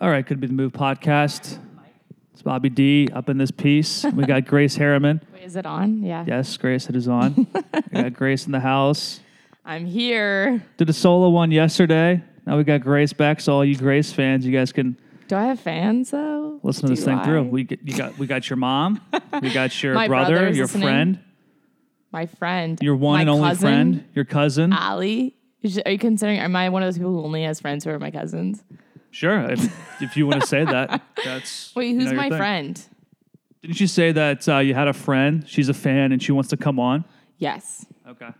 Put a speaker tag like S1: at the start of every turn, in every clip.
S1: All right, could be the move podcast. It's Bobby D up in this piece. We got Grace Harriman.
S2: Wait, is it on? Yeah.
S1: Yes, Grace, it is on. we got Grace in the house.
S2: I'm here.
S1: Did a solo one yesterday. Now we got Grace back. So all you Grace fans, you guys can
S2: Do I have fans though?
S1: listen to this
S2: Do
S1: thing through.
S2: I?
S1: We get, you got we got your mom, we got your
S2: My
S1: brother,
S2: brother's
S1: your
S2: listening.
S1: friend,
S2: My friend.
S1: your one
S2: my
S1: and only
S2: cousin, Uh,
S1: friend, your cousin.
S2: Ali. Is- Are you considering? Am I one of those people who only has friends who are my cousins?
S1: sure, if, if you want to say that, that's
S2: Wait,
S1: you
S2: who's
S1: know, your
S2: my
S1: thing.
S2: friend?
S1: Didn't you say that uh, you had a friend? She's a fan and she wants to come on.
S2: Yes.
S1: Okay.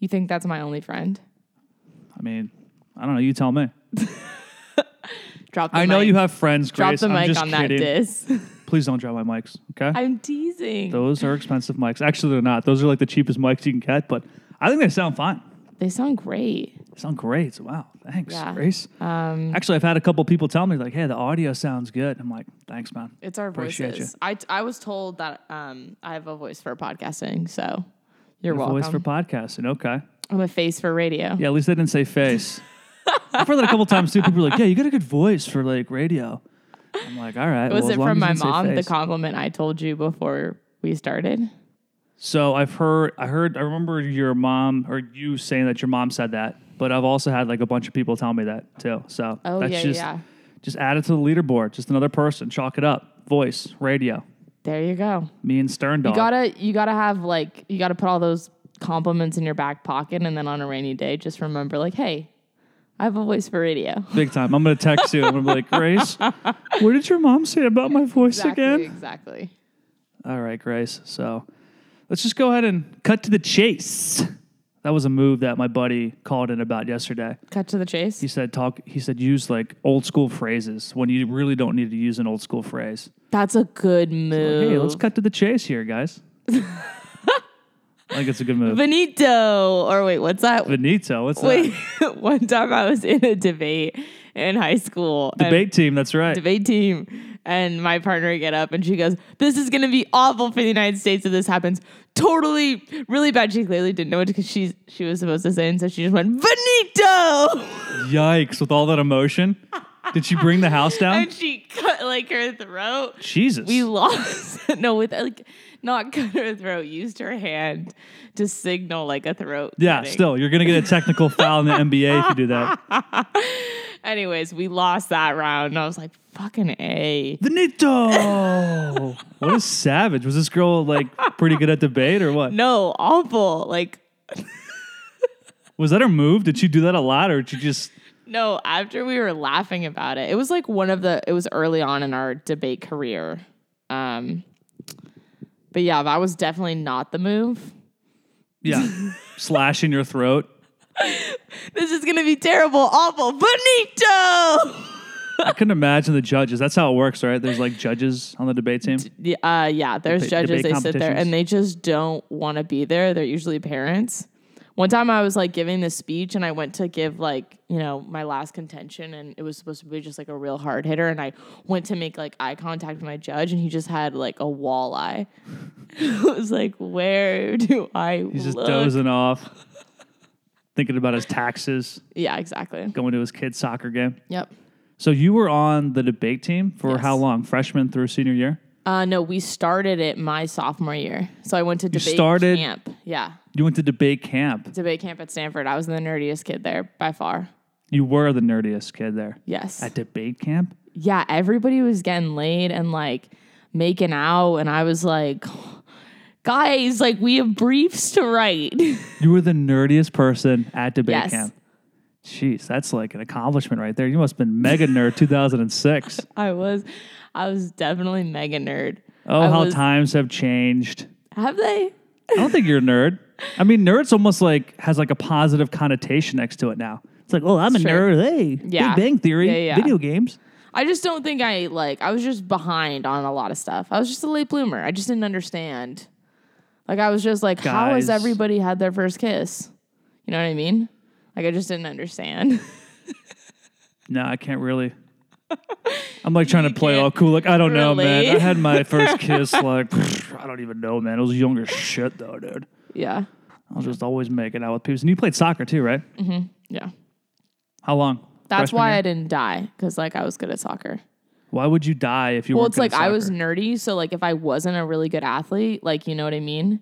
S2: You think that's my only friend?
S1: I mean, I don't know. You tell me.
S2: Drop. The
S1: I know
S2: mic.
S1: you have friends,
S2: Drop
S1: Grace.
S2: the
S1: I'm
S2: mic
S1: just
S2: on
S1: kidding.
S2: that diss.
S1: Please don't drop my mics, okay?
S2: I'm teasing.
S1: Those are expensive mics. Actually, they're not. Those are like the cheapest mics you can get, but I think they sound fine.
S2: They sound great.
S1: They sound great. So, wow, thanks,
S2: Yeah.
S1: Grace.
S2: Um,
S1: Actually, I've had a couple people tell me like, "Hey, the audio sounds good." I'm like, "Thanks, man."
S2: it's our
S1: Appreciate
S2: voices. I, I was told that um, I have a voice for podcasting, so
S1: Your
S2: you're welcome.
S1: voice for podcasting. Okay.
S2: I'm a face for radio.
S1: Yeah, at least they didn't say face. I've heard that a couple times too. People are like, "Yeah, you got a good voice for like radio." I'm like, "All right."
S2: Was
S1: well, as
S2: it
S1: long
S2: from my
S1: as you didn't say
S2: mom? The
S1: face."
S2: compliment I told you before we started.
S1: So I've heard, I heard, I remember your mom or you saying that your mom said that, but I've also had like a bunch of people tell me that too. So
S2: Oh,
S1: that's
S2: yeah,
S1: just,
S2: yeah.
S1: just add it to the leaderboard. Just another person, chalk it up. Voice, radio,
S2: There you go.
S1: me and Stern Dog.
S2: You gotta you gotta have like you gotta put all those compliments in your back pocket, and then on a rainy day, just remember like, hey, I have a voice for radio.
S1: Big time. I'm gonna text you. I'm gonna be like, Grace, what did your mom say about my voice
S2: Exactly.
S1: again?
S2: Exactly.
S1: All right, Grace. So let's just go ahead and cut to the chase. That was a move that my buddy called in about yesterday.
S2: Cut to the chase.
S1: He said, talk, he said, use like old school phrases when you really don't need to use an old school phrase.
S2: That's a good move.
S1: Hey, let's cut to the chase here, guys. I think it's a good move.
S2: Benito. Or wait, what's that?
S1: Benito, what's
S2: Wait,
S1: that?
S2: one time I was in a debate in high school. and-
S1: Debate team, that's right.
S2: debate team. And my partner get up and she goes, "This is going to be awful for the United States if this happens." Totally, really bad. She clearly didn't know what because she she was supposed to say, and so she just went Benito,
S1: Yikes, with all that emotion. Did she bring the house down?
S2: and she cut like her throat.
S1: Jesus.
S2: We lost. no, with like not cut her throat. Used her hand to signal like a throat.
S1: yeah,
S2: cutting.
S1: still, you're going to get a technical foul in the NBA if you do that.
S2: Anyways, we lost that round. And I was like, "Fucking a."
S1: Benito! what a savage. Was this girl like pretty good at debate or what?
S2: No, awful. Like
S1: Was that her move? Did she do that a lot or did she just.
S2: No, after we were laughing about it, it was like one of the. It was early on in our debate career, um, but yeah, that was definitely not the move.
S1: Yeah. Slash in your throat.
S2: This is gonna be terrible, awful, bonito.
S1: I couldn't imagine the judges. That's how it works, right? There's like judges on the debate team.
S2: Yeah, uh, yeah, there's
S1: Deba- debate
S2: judges. They sit there
S1: competitions.
S2: and they just don't want to be there. They're usually parents. One time I was like giving this speech and I went to give like, you know, my last contention and it was supposed to be just like a real hard hitter. And I went to make like eye contact with my judge and he just had like a walleye. I was like, where do I
S1: He's just
S2: look?
S1: dozing off, thinking about his taxes,
S2: Yeah, exactly.
S1: going to his kid's soccer game.
S2: Yep.
S1: So you were on the debate team for
S2: Yes.
S1: how long? Freshman through senior year?
S2: Uh, no, we started it my sophomore year. So I went to debate
S1: started-
S2: camp. Yeah.
S1: You went to debate camp.
S2: Debate camp at Stanford. I was the nerdiest kid there by far.
S1: You were the nerdiest kid there.
S2: Yes.
S1: At debate camp?
S2: yeah, everybody was getting laid and like making out. And I was like, guys, like we have briefs to write.
S1: You were the nerdiest person at debate
S2: Yes.
S1: camp. Jeez, that's like an accomplishment right there. You must have been mega nerd 2006.
S2: I was, I was definitely mega nerd.
S1: Oh,
S2: I
S1: how
S2: was-
S1: times have changed.
S2: Have they?
S1: I don't think you're a nerd. I mean, nerd's almost like has like a positive connotation next to it now. It's like, oh, I'm a
S2: Sure.
S1: nerd. Hey,
S2: Yeah.
S1: Big Bang Theory,
S2: Yeah, yeah.
S1: video games.
S2: I just don't think I like, I was just behind on a lot of stuff. I was just a late bloomer. I just didn't understand. Like, I was just like, how has
S1: Guys.
S2: everybody had their first kiss? You know what I mean? Like, I just didn't understand.
S1: No, I can't really. I'm like trying to play
S2: can't
S1: all cool. Like I don't know, man. I
S2: relate.
S1: had my first kiss. Like pfft, I don't even know, man. It was younger shit though, dude.
S2: yeah.
S1: I was just always making out with people. And you played soccer too, right?
S2: Yeah.
S1: How long?
S2: That's
S1: Freshman
S2: why
S1: year?
S2: I didn't die because like I was good at soccer.
S1: Why would you die if you?
S2: Well,
S1: weren't
S2: it's
S1: good
S2: like
S1: at
S2: I was
S1: soccer?
S2: nerdy, so like if I wasn't a really good athlete, like you know what I mean,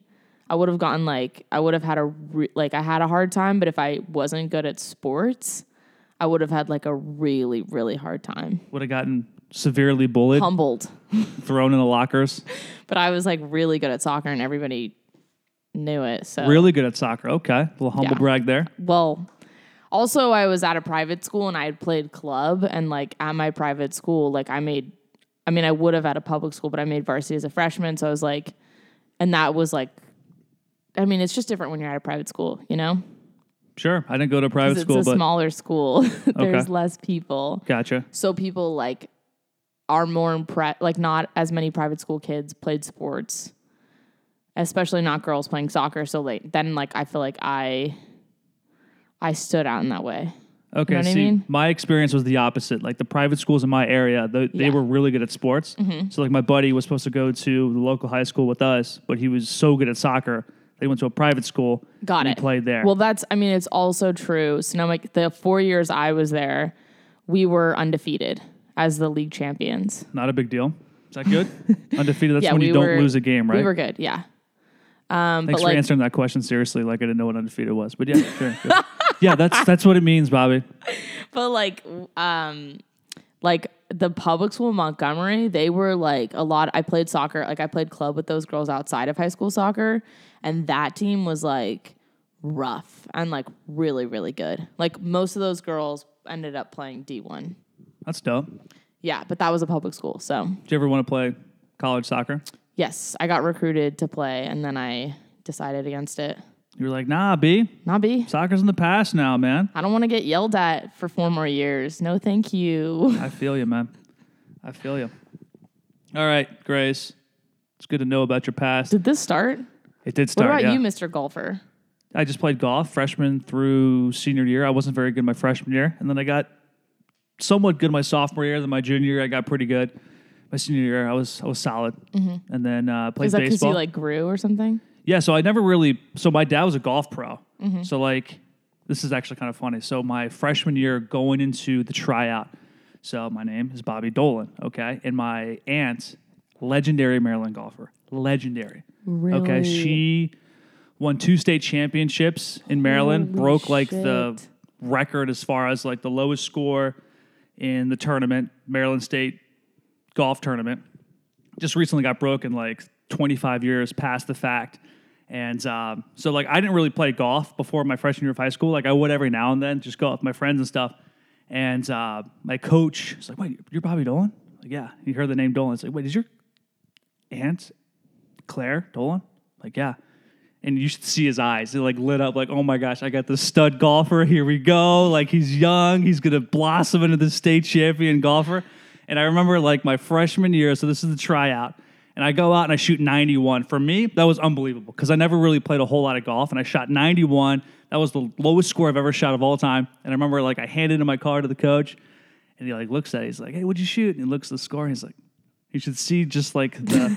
S2: I would have gotten like I would have had a re- like I had a hard time, but if I wasn't good at sports, I would have had like a really really hard time.
S1: would have gotten severely bullied,
S2: Humbled,
S1: thrown in the lockers.
S2: but I was like really good at soccer, and everybody knew it. So
S1: Really good at soccer. Okay, little humble
S2: Yeah.
S1: brag there.
S2: well also i was at a private school and i had played club and like at my private school like i made i mean i would have at a public school but i made varsity as a freshman so i was like and that was like i mean it's just different when you're at a private school you know
S1: Sure, I didn't go to a
S2: 'Cause
S1: private
S2: it's
S1: school,
S2: a
S1: but
S2: smaller school there's less people
S1: gotcha.
S2: so people like are more impressed like not as many private school kids played sports especially not girls playing soccer so like then like i feel like i i stood out in that way
S1: Okay,
S2: what I
S1: see,
S2: mean?
S1: my experience was the opposite. Like the private schools in my area, they, they
S2: Yeah. Mm-hmm.
S1: were really good at sports. So like my buddy was supposed to go to the local high school with us, but he was so good at soccer, they went to a private school.
S2: Got
S1: and
S2: it.
S1: He played there.
S2: Well, that's, I mean, it's also true. So now, like, the four years I was there, we were undefeated as the league champions.
S1: Not a big deal. Is that good? Undefeated. That's
S2: Yeah,
S1: when
S2: we
S1: you don't
S2: were-
S1: lose a game, right?
S2: We were good, yeah. Um,
S1: Thanks
S2: but,
S1: for
S2: like,
S1: answering that question seriously. Like I didn't know what undefeated was, but yeah, sure. sure. yeah, that's that's what it means, Bobby.
S2: but, like, w- um, like the public school in Montgomery, they were like a lot. I played soccer, like, I played club with those girls outside of high school soccer, and that team was like rough and like really, really good. Like, most of those girls ended up playing D1.
S1: That's dope. Did
S2: Yeah, but that was a public school, so
S1: you ever want to play college soccer?
S2: Yes, I got recruited to play and then I decided against it.
S1: You were like, nah, B.
S2: Not be.
S1: Soccer's in the past now, man.
S2: I don't want to get yelled at for four more years. No, thank you.
S1: I feel you, man. I feel you. All right, Grace. It's good to know about your past.
S2: Did this start?
S1: It did
S2: What
S1: start.
S2: about
S1: yeah.
S2: you, Mr. Golfer?
S1: I just played golf freshman through senior year. I wasn't very good my freshman year, and then I got somewhat good my sophomore year. Then my junior year, I got pretty good. My senior year, I was I was solid, and then uh, played
S2: Is that because
S1: baseball.
S2: you Mm-hmm. like grew or something?
S1: Yeah, so I never really. So my dad was a golf pro. So like, this is actually kind of funny. So my freshman year, going into the tryout. So my name is Bobby Dolan. Okay, and my aunt, legendary Maryland golfer, legendary. Okay,
S2: Really?
S1: she won two state championships in Maryland,
S2: Holy
S1: broke like the
S2: shit.
S1: record as far as like the lowest score in the tournament, Maryland State golf tournament just recently got broken like 25 years past the fact and um, so like i didn't really play golf before my freshman year of high school like i would every now and then just go out with my friends and stuff and uh, my coach was like wait you're bobby dolan like yeah he heard the name dolan it's like wait is your aunt claire dolan like yeah and you should see his eyes. They like lit up, like, oh my gosh, I got the stud golfer. Here we go. Like he's young. He's gonna blossom into the state champion golfer. And I remember like my freshman year, so this is the tryout. And I go out and I shoot 91. For me, that was unbelievable because I never really played a whole lot of golf. And I shot 91. That was the lowest score I've ever shot of all time. And I remember like I handed in my car to the coach and he like looks at it. He's like, hey, what'd you shoot? And he looks at the score and he's like, you should see just like the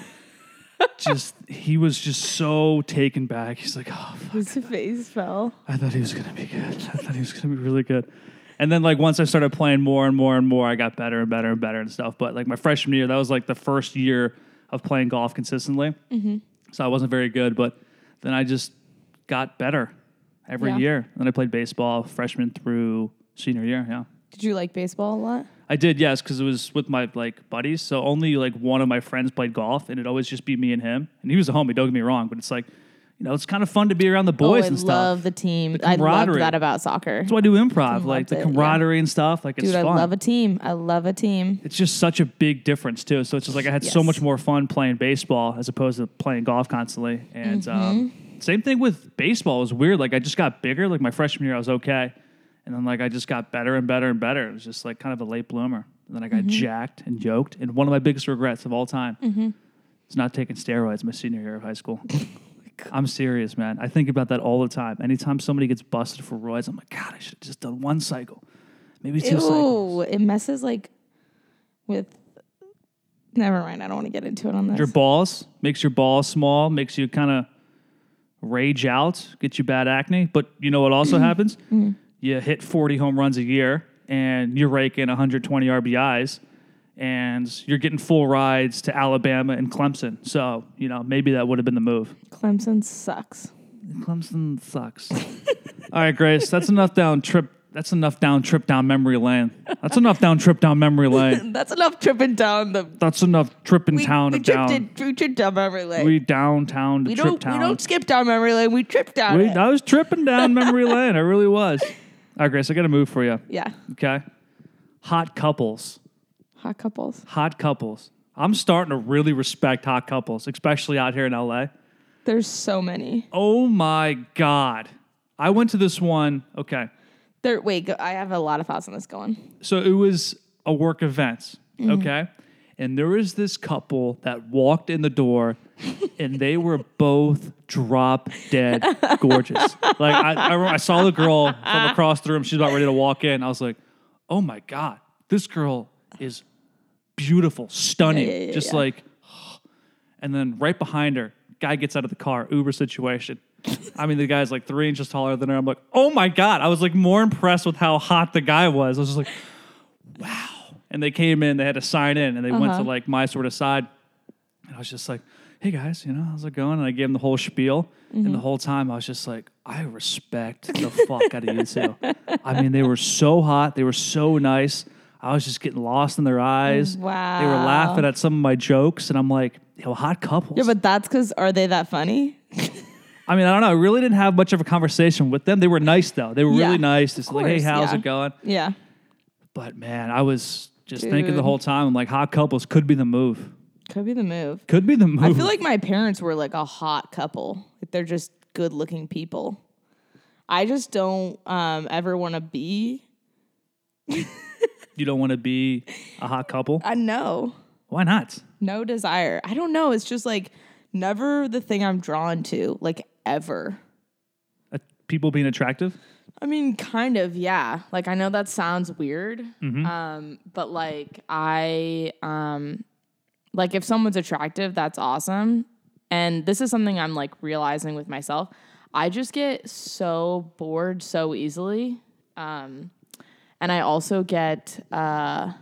S1: just he was just so taken back. He's like, oh, fuck.
S2: His face fell.
S1: I thought he was gonna be good. I thought he was gonna be really good. And then like once I started playing more and more and more, I got better and better and better and stuff. But like my freshman year, that was like the first year of playing golf consistently. So I wasn't very good, but then I just got better every
S2: Yeah.
S1: year. And then I played baseball freshman through senior year. Yeah.
S2: Did you like baseball a lot?
S1: I did, yes, because it was with my like buddies. So only like one of my friends played golf, and it'd always just be me and him. And he was a homie. Don't get me wrong, but it's like, you know, it's kind of fun to be around the boys
S2: oh, I
S1: and stuff.
S2: love the team.
S1: The
S2: I loved
S1: camaraderie.
S2: that about soccer.
S1: That's why I do improv,
S2: Fucking
S1: like
S2: loved
S1: the
S2: it, yeah.
S1: camaraderie and stuff. Like it's
S2: Dude, I
S1: fun.
S2: love a team. I love a team.
S1: It's just such a big difference too. So it's just like I had so
S2: Yes.
S1: much more fun playing baseball as opposed to playing golf constantly. And um,
S2: Mm-hmm.
S1: same thing with baseball. It was weird. Like I just got bigger. Like my freshman year, I was okay, and then like I just got better and better and better. It was just like kind of a late bloomer. And then I got
S2: Mm-hmm.
S1: jacked and yoked. And one of my biggest regrets of all time is not taking steroids my senior year of high school.
S2: Oh
S1: I'm serious, man. I think about that all the time. Anytime somebody gets busted for roids, I'm like, God, I should have just done one cycle, maybe two cycles.
S2: Ew, it messes like with. Never mind. I don't want to get into it on this.
S1: your balls, makes your balls small, makes you kind of rage
S2: Mm-hmm.
S1: out, gets you bad acne. But you know what also happens? You hit 40 home runs a year, and you're raking 120 RBIs and you're getting full rides to Alabama and Clemson. So, you know, maybe that would have been the move.
S2: Clemson sucks.
S1: Clemson sucks. All right, Grace, that's enough down trip. That's enough down trip down memory lane. That's enough down trip down memory lane.
S2: That's enough tripping down the
S1: That's enough tripping
S2: we,
S1: town
S2: we
S1: of
S2: tripped
S1: down.
S2: it- we tripped down memory lane.
S1: We downtown to
S2: We
S1: trip
S2: don't
S1: town.
S2: we don't skip down memory lane. We trip down
S1: We-
S2: it.
S1: I was tripping down memory lane. I really was. All right, Grace, I got a move for you.
S2: Yeah,
S1: Okay. Hot couples.
S2: hot couples.
S1: Hot couples. I'm starting to really respect hot couples, especially out here in LA.
S2: There's so many.
S1: Oh my God. I went to this one. Okay.
S2: There. Wait, go, I have a lot of thoughts on this going.
S1: So it was a work event.
S2: Mm-hmm.
S1: Okay. And there was this couple that walked in the door and they were both drop dead gorgeous. Like, I, I, remember I saw the girl from across the room. She's about ready to walk in. I was like, oh my God, this girl is beautiful, stunning.
S2: yeah, yeah,
S1: Just
S2: yeah.
S1: like, and then right behind her, guy gets out of the car, Uber situation. I mean, the guy's like three inches taller than her. I'm like, oh my God. I was like more impressed with how hot the guy was. I was just like, and they came in, they had to sign in, and they went to
S2: Uh-huh.
S1: like my sort of side. And I was just like, hey guys, you know, how's it going? And I gave them the whole spiel.
S2: Mm-hmm.
S1: And the whole time I was just like, I respect the fuck out of you two. I mean, they were so hot, they were so nice. I was just getting lost in their eyes. They were
S2: Wow.
S1: laughing at some of my jokes, and I'm like, yo, hot couples.
S2: Yeah, but that's because are they that funny?
S1: I mean, I don't know. I really didn't have much of a conversation with them. They were nice though. They were
S2: Yeah,
S1: really nice. Just
S2: of
S1: like, hey,
S2: course,
S1: how's
S2: yeah.
S1: it going?
S2: Yeah.
S1: But man, I was just thinking the
S2: Dude.
S1: whole time, I'm like, hot couples could be the move.
S2: Could be the move.
S1: Could be the move.
S2: I feel like my parents were like a hot couple. Like they're just good looking people. I just don't um, ever want to be.
S1: you don't want to be a hot couple.
S2: I know.
S1: Why not?
S2: uh, No desire. I don't know. It's just like never the thing I'm drawn to, like ever.
S1: Uh, people being attractive.
S2: I mean, kind of, yeah. Like I know that sounds weird, um, but like I, um, like if someone's attractive, that's awesome. And this is something I'm like realizing with myself. I just get so bored so easily, um, and I also get uh,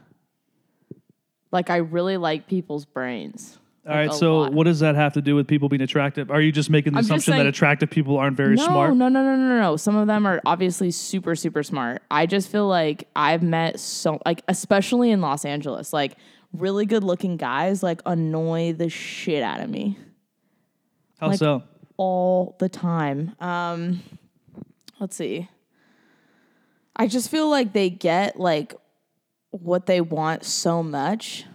S2: like I really like people's brains.
S1: All right.
S2: a
S1: So
S2: lot.
S1: what does that have to do with people being attractive? Are you just making the
S2: I'm just
S1: assumption that
S2: saying-
S1: attractive people aren't very
S2: no,
S1: smart?
S2: No, no, no, no, no. Some of them are obviously super, super smart. I just feel like I've met so, like, especially in Los Angeles, like, really good looking guys, like, annoy the shit out of me
S1: How so?
S2: all the time. Um, let's see. I just feel like they get, like, what they want so much.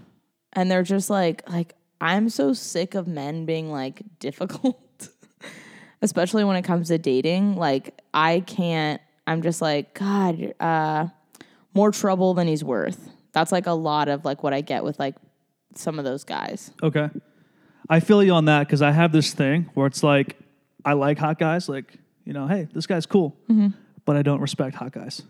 S2: And they're just like, like, I'm so sick of men being like difficult. especially when it comes to dating. Like I can't. I'm just like God. Uh, more trouble than he's worth. That's like a lot of like what I get with like some of those guys.
S1: Okay. I feel you on that because I have this thing where it's like I like hot guys. Like you know, hey, this guy's cool,
S2: Mm-hmm.
S1: but I don't respect hot guys.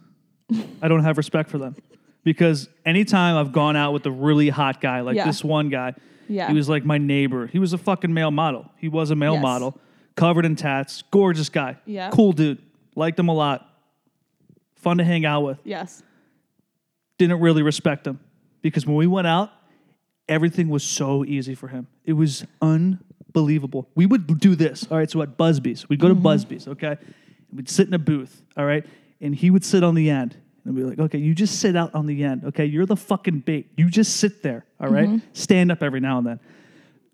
S1: I don't have respect for them because anytime I've gone out with a really hot guy, like
S2: Yeah.
S1: this one guy,
S2: Yeah.
S1: He was like my neighbor. He was a fucking male model. He was a male
S2: Yes.
S1: model, covered in tats, gorgeous guy.
S2: Yeah.
S1: Cool dude. Liked him a lot. Fun to hang out with.
S2: Yes.
S1: Didn't really respect him because when we went out, everything was so easy for him. It was unbelievable. We would do this. All right. So at Busby's, we'd go
S2: Mm-hmm.
S1: to Busby's, okay? We'd sit in a booth, all right? And he would sit on the end. And we'd be like, okay, you just sit out on the end, okay? You're the fucking bait. You just sit there, all right?
S2: Mm-hmm.
S1: Stand up every now and then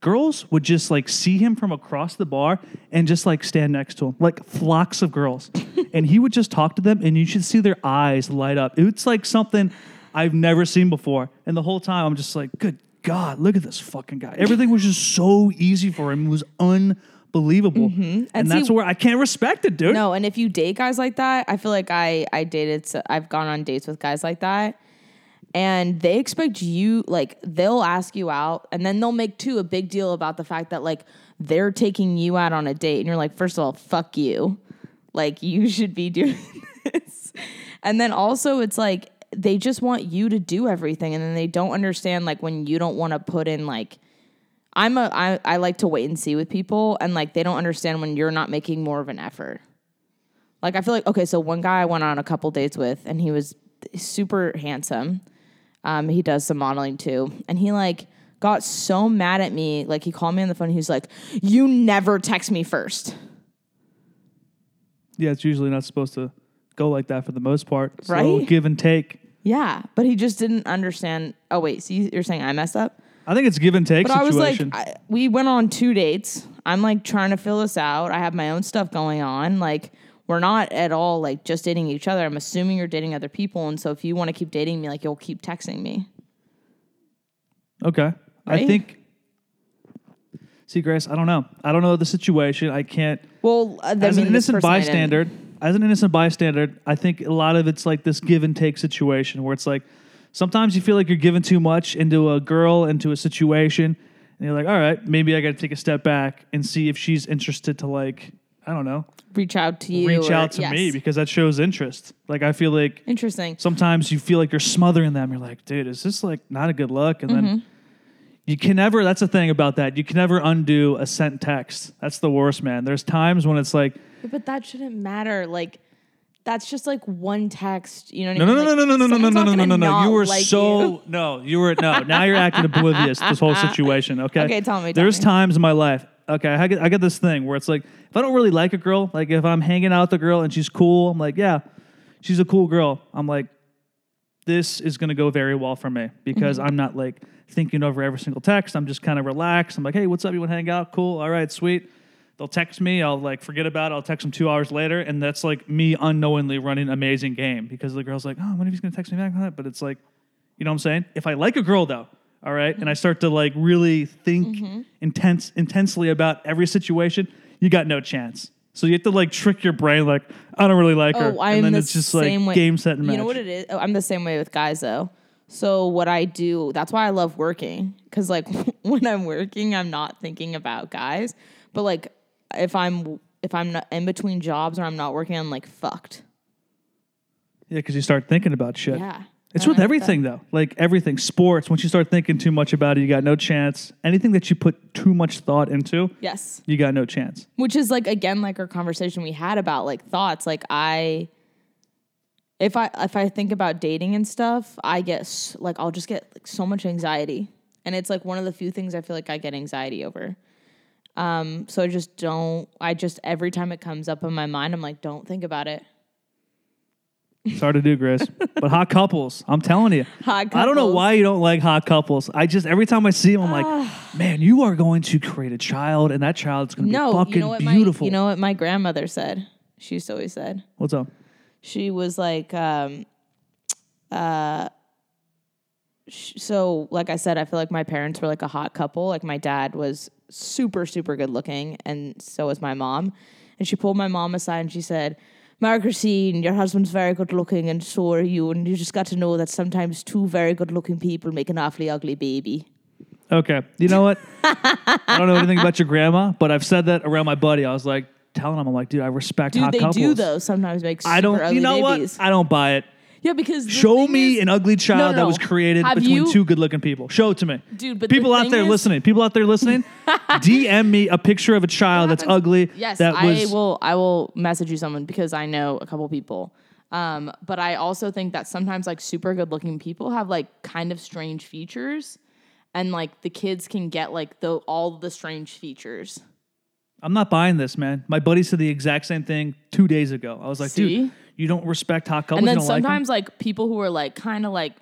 S1: girls would just like see him from across the bar and just like stand next to him, like flocks of girls. and he would just talk to them, and you should see their eyes light up. It's like something I've never seen before. And the whole time, I'm just like, good God, look at this fucking guy. Everything was just so easy for him. It was unbelievable. And,
S2: Mm-hmm. see-
S1: that's where I can't respect it, dude.
S2: No, and if you date guys like that, I feel like I I dated so I've gone on dates with guys like that. And they expect you like they'll ask you out and then they'll make too a big deal about the fact that like they're taking you out on a date and you're like first of all fuck you. Like you should be doing this. And then also it's like they just want you to do everything and then they don't understand like when you don't want to put in like I'm a I, I like to wait and see with people and like they don't understand when you're not making more of an effort. Like I feel like okay, so one guy I went on a couple dates with and he was super handsome. Um, he does some modeling too, and he like got so mad at me. Like he called me on the phone. He was like, "You never text me first.
S1: Yeah, it's usually not supposed to go like that for the most part. So
S2: Right?
S1: give and take.
S2: Yeah, but he just didn't understand. Oh wait, so you- you're saying I messed up?
S1: I think it's give and take
S2: But I was like,
S1: situation.
S2: I, we went on two dates. I'm like trying to fill this out. I have my own stuff going on. Like, we're not at all like just dating each other. I'm assuming you're dating other people. And so if you want to keep dating me, like, you'll keep texting me.
S1: okay. I
S2: Right?
S1: think. See, Grace, I don't know. I don't know the situation. I can't.
S2: Well, uh, I
S1: as
S2: mean,
S1: an
S2: this
S1: innocent
S2: person I didn't-
S1: bystander, as an innocent bystander, I think a lot of it's like this give and take situation where it's like sometimes you feel like you're giving too much into a girl, into a situation, and you're like, all right, maybe I got to take a step back and see if she's interested to like, I don't know,
S2: reach out to you.
S1: reach
S2: or-
S1: out to me
S2: yes.
S1: because that shows interest. Like I feel like
S2: Interesting.
S1: sometimes you feel like you're smothering them. You're like, dude, is this like not a good look? And then you can never, that's the thing about that. You can never undo a sent text. That's the worst, man. There's times when it's like,
S2: But that shouldn't matter. Like, that's just like one text. You know what
S1: No,
S2: I
S1: no,
S2: mean?
S1: no, no,
S2: Like,
S1: no, no, no, no,
S2: someone's
S1: no,
S2: not
S1: no, no,
S2: gonna
S1: no, no.
S2: not
S1: You were
S2: like
S1: so no. You were no. Now you're acting oblivious. to This whole situation. Okay.
S2: Okay, tell me, tell
S1: There's
S2: me.
S1: times in my life. Okay, I get, I get this thing where it's like if I don't really like a girl, like if I'm hanging out with a girl and she's cool, I'm like, yeah, she's a cool girl. I'm like, this is gonna go very well for me because
S2: Mm-hmm.
S1: I'm not like thinking over every single text. I'm just kind of relaxed. I'm like, hey, what's up? You want to hang out? Cool. All right, sweet. They'll text me. I'll like forget about. it. I'll text them two hours later, and that's like me unknowingly running amazing game because the girl's like, oh, I wonder if he's gonna text me back. But it's like, you know what I'm saying? If I like a girl though, all right,
S2: Mm-hmm.
S1: and I start to like really think intense intensely about every situation, you got no chance. So you have to like trick your brain, like I don't really like her,
S2: Oh, I'm
S1: and then
S2: the
S1: it's just
S2: same
S1: like
S2: way.
S1: game set and match.
S2: You know what it is? Oh, I'm the same way with guys though. So what I do, that's why I love working cuz like when I'm working, I'm not thinking about guys. But like if I'm if I'm not in between jobs or I'm not working, I'm like fucked.
S1: Yeah, because you start thinking about shit.
S2: Yeah. Uh,
S1: It's
S2: I
S1: with
S2: like
S1: everything though, like everything, sports. Once you start thinking too much about it, you got no chance. Anything that you put too much thought into,
S2: Yes.
S1: you got no chance.
S2: which is like again like our conversation we had about like thoughts like i if i if i think about dating and stuff i get s- like i'll just get like so much anxiety and it's like one of the few things i feel like i get anxiety over um so i just don't i just every time it comes up in my mind i'm like don't think about it
S1: It's hard to do, Grace. but hot couples, I'm telling you.
S2: Hot
S1: I don't know
S2: couples.
S1: why you don't like hot couples. I just every time I see them, I'm like, man, you are going to create a child, and that child's going to be
S2: Ah. no
S1: fucking
S2: you know what
S1: beautiful.
S2: my you know what my grandmother said she used to always said
S1: What's up?
S2: she was like um uh sh- so like i said i feel like my parents were like a hot couple like my dad was super super good looking and so was my mom and she pulled my mom aside and she said Mary Christine, your husband's very good looking and so are you and you just got to know that sometimes two very good looking people make an awfully ugly baby.
S1: Okay. You know what? I don't know anything about your grandma, but I've said that around my buddy. I was like telling him, I'm like, dude, I respect
S2: Dude,
S1: hot
S2: they
S1: couples.
S2: do though sometimes make super
S1: I don't.
S2: ugly
S1: You know
S2: babies.
S1: what? I don't buy it.
S2: Yeah, because the
S1: Show
S2: thing
S1: me
S2: is-
S1: an ugly child
S2: No, no,
S1: that was
S2: no.
S1: created
S2: Have
S1: between
S2: you-
S1: two good-looking people. Show it to me,
S2: Dude, but the
S1: people out
S2: thing
S1: there
S2: is-
S1: listening, people out there listening, DM me a picture of a child that's
S2: happens-
S1: ugly.
S2: Yes,
S1: that
S2: I
S1: was
S2: will. I will message you someone because I know a couple people. Um, but I also think that sometimes like super good looking people have like kind of strange features, and like the kids can get like the all the strange features.
S1: I'm not buying this, man. My buddy said the exact same thing two days ago. I was like, dude,
S2: See?
S1: you don't respect hot couples.
S2: and then
S1: you don't like 'em?
S2: sometimes like, people who are like kind of like,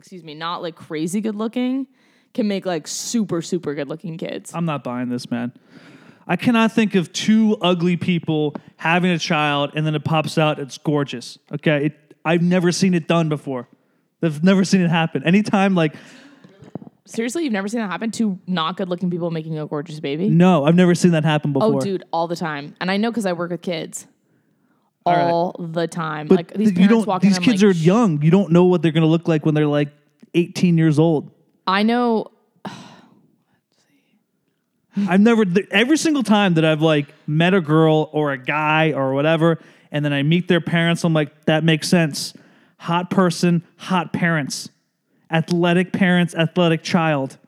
S2: excuse me, not like crazy good looking, can make like super super good looking kids.
S1: I'm not buying this, man. I cannot think of two ugly people having a child and then it pops out. It's gorgeous. Okay. It, I've never seen it done before. I've never seen it happen. Anytime, like,
S2: Seriously, you've never seen that happen to not good looking people making a gorgeous baby?
S1: no, I've never seen that happen before.
S2: Oh, dude, all the time. And I know because I work with kids
S1: All right.
S2: all the time. like
S1: Th-
S2: these parents
S1: don't,
S2: walk in,
S1: these
S2: I'm
S1: kids
S2: like,
S1: are young. You don't know what they're going to look like when they're like 18 years old.
S2: I know.
S1: I've never th- every single time that I've like met a girl or a guy or whatever, and then I meet their parents. I'm like, that makes sense. Hot person, hot parents, athletic parents, athletic child,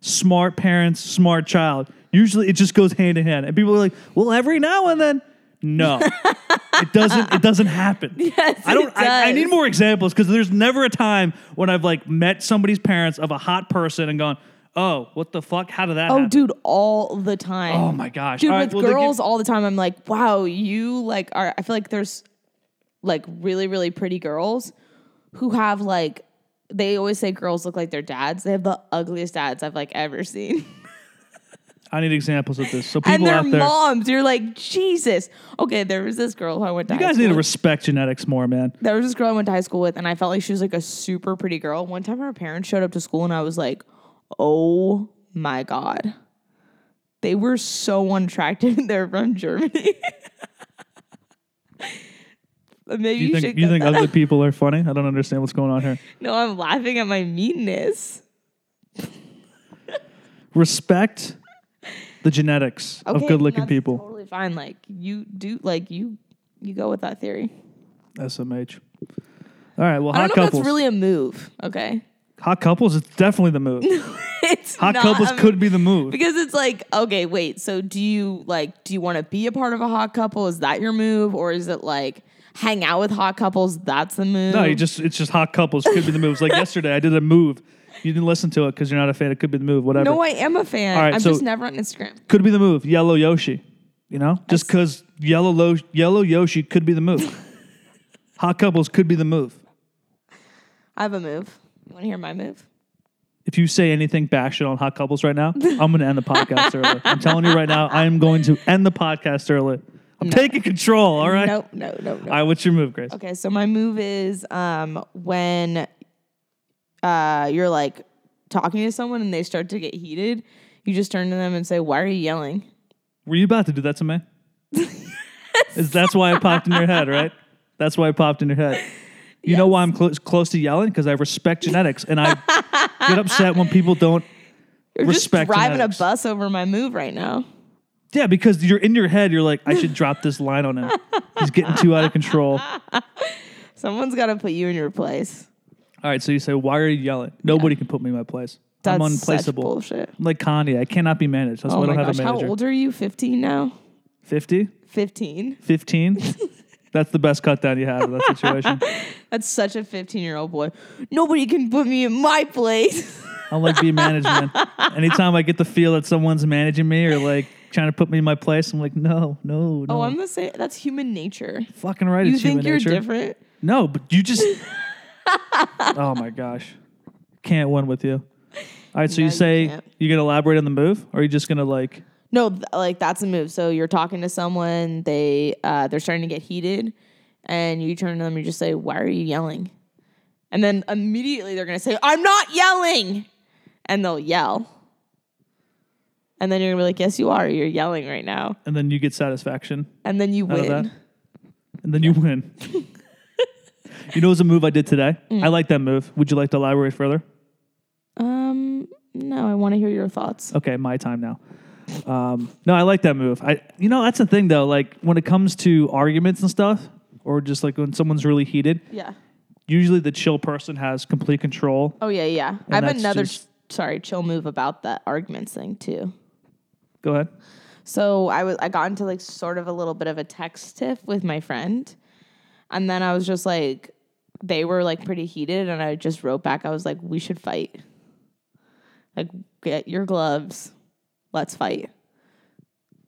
S1: smart parents, smart child. Usually, it just goes hand in hand, and people are like, well, every now and then. No, It doesn't. It doesn't happen.
S2: Yes,
S1: I don't.
S2: it
S1: I, I
S2: does.
S1: need more examples because there's never a time when I've like met somebody's parents of a hot person and gone, "Oh, what the fuck? How did that?"
S2: Oh,
S1: happen?
S2: dude, all the time.
S1: Oh my gosh.
S2: dude,
S1: All right,
S2: with
S1: well, then give-
S2: girls all the time. I'm like, wow, you like are. I feel like there's like really, really pretty girls who have like. They always say girls look like their dads. They have the ugliest dads I've like ever seen,
S1: I need examples of this. So
S2: and
S1: people
S2: their
S1: out there,
S2: moms. You're like Jesus. Okay, there was this girl who I went to.
S1: you
S2: high
S1: guys need to
S2: school with.
S1: respect genetics more, man.
S2: there was this girl I went to high school with, and I felt like she was like a super pretty girl. One time, her parents showed up to school, and I was like, "Oh my god, they were so unattractive. They're from Germany." Maybe
S1: You,
S2: you, should.
S1: think you
S2: cut
S1: think
S2: that.
S1: ugly people are funny? I don't understand what's going on here.
S2: No, I'm laughing at my meanness.
S1: Respect the genetics of
S2: Okay,
S1: good-looking
S2: that's
S1: people.
S2: Totally fine. Like you do. Like you. You go with that theory.
S1: SMH. All right. Well, hot
S2: I don't know if
S1: couples.
S2: that's really a move. Okay,
S1: hot couples is definitely the move.
S2: it's
S1: Hot
S2: not
S1: couples
S2: a
S1: could be the move.
S2: because it's like okay wait so do you like do you want to be a part of a hot couple is that your move or is it like hang out with hot couples that's the move
S1: No, you just it's just hot couples could be the moves. Like yesterday, I did a move. You didn't listen to it because you're not a fan. It could be the move. Whatever.
S2: no i am a fan
S1: All right,
S2: i'm
S1: so-
S2: just never on instagram
S1: could be the move. Yellow Yoshi. You know, just because yellow lo- yellow Yoshi could be the move. hot couples could be the move.
S2: i have a move you want to hear my move
S1: If you say anything bashing on hot couples right now, I'm going to end the podcast early. I'm telling you right now, I am going to end the podcast early. I'm taking control. All right.
S2: no no no no
S1: All right. What's your move, Grace?
S2: okay so my move is um when uh you're like talking to someone and they start to get heated you just turn to them and say why are you yelling
S1: Were you about to do that to me? Is that's why it popped in your head, right? That's why it popped in your head. You know why I'm close close to yelling? Because I respect genetics, and I get upset when people don't.
S2: you're
S1: Respect
S2: just driving
S1: genetics.
S2: a bus over my move right now
S1: Yeah, because you're in your head. You're like, I should drop this line on him. He's getting too out of control. All
S2: someone's got to put you in your place
S1: right, so you say, why are you yelling? Nobody can put me in my place.
S2: That's
S1: I'm
S2: Such
S1: unplaceable.
S2: bullshit.
S1: I'm like Kanye, I cannot be managed. That's
S2: Oh
S1: why I
S2: my
S1: don't
S2: gosh,
S1: have a
S2: how
S1: manager.
S2: old are you? 15 now?
S1: 50,
S2: 15.
S1: 15. that's the best cut down you have in that situation.
S2: That's such a 15 year old boy. Nobody can put me in my place.
S1: I don't like being managed, man. Anytime I get the feel that someone's managing me or like trying to put me in my place, I'm like, no, no, no.
S2: Oh, I'm the same. That's human nature.
S1: fucking right.
S2: You
S1: it's
S2: think
S1: human
S2: you're
S1: nature.
S2: different?
S1: No, but you just. oh my gosh, can't win with you. All right, so
S2: No,
S1: you
S2: you
S1: say
S2: can't.
S1: you are gonna elaborate on the move, or are you just gonna like?
S2: No, th- like that's a move. So you're talking to someone, they uh, they're starting to get heated, and you turn to them, you just say, "Why are you yelling?" And then immediately they're gonna say, "I'm not yelling," and they'll yell. And then you're gonna be like, "Yes, you are. You're yelling right now."
S1: And then you get satisfaction,
S2: And then you
S1: Out of
S2: win.
S1: that. and then you win. you know, it was a move I did today. I like that move. Would you like to elaborate further?
S2: Um, no, I want to hear your thoughts.
S1: Okay, my time now. Um, no, I like that move. I, you know, that's the thing though. Like when it comes to arguments and stuff, or just like when someone's really heated,
S2: Yeah.
S1: usually the chill person has complete control.
S2: Oh yeah, yeah. I have
S1: that's
S2: another
S1: just-
S2: sorry chill move about that arguments thing too.
S1: Go ahead.
S2: So I was I got into like sort of a little bit of a text tiff with my friend, and then I was just like, they were like pretty heated, and I just wrote back. I was like, we should fight. Like, get your gloves. Let's fight.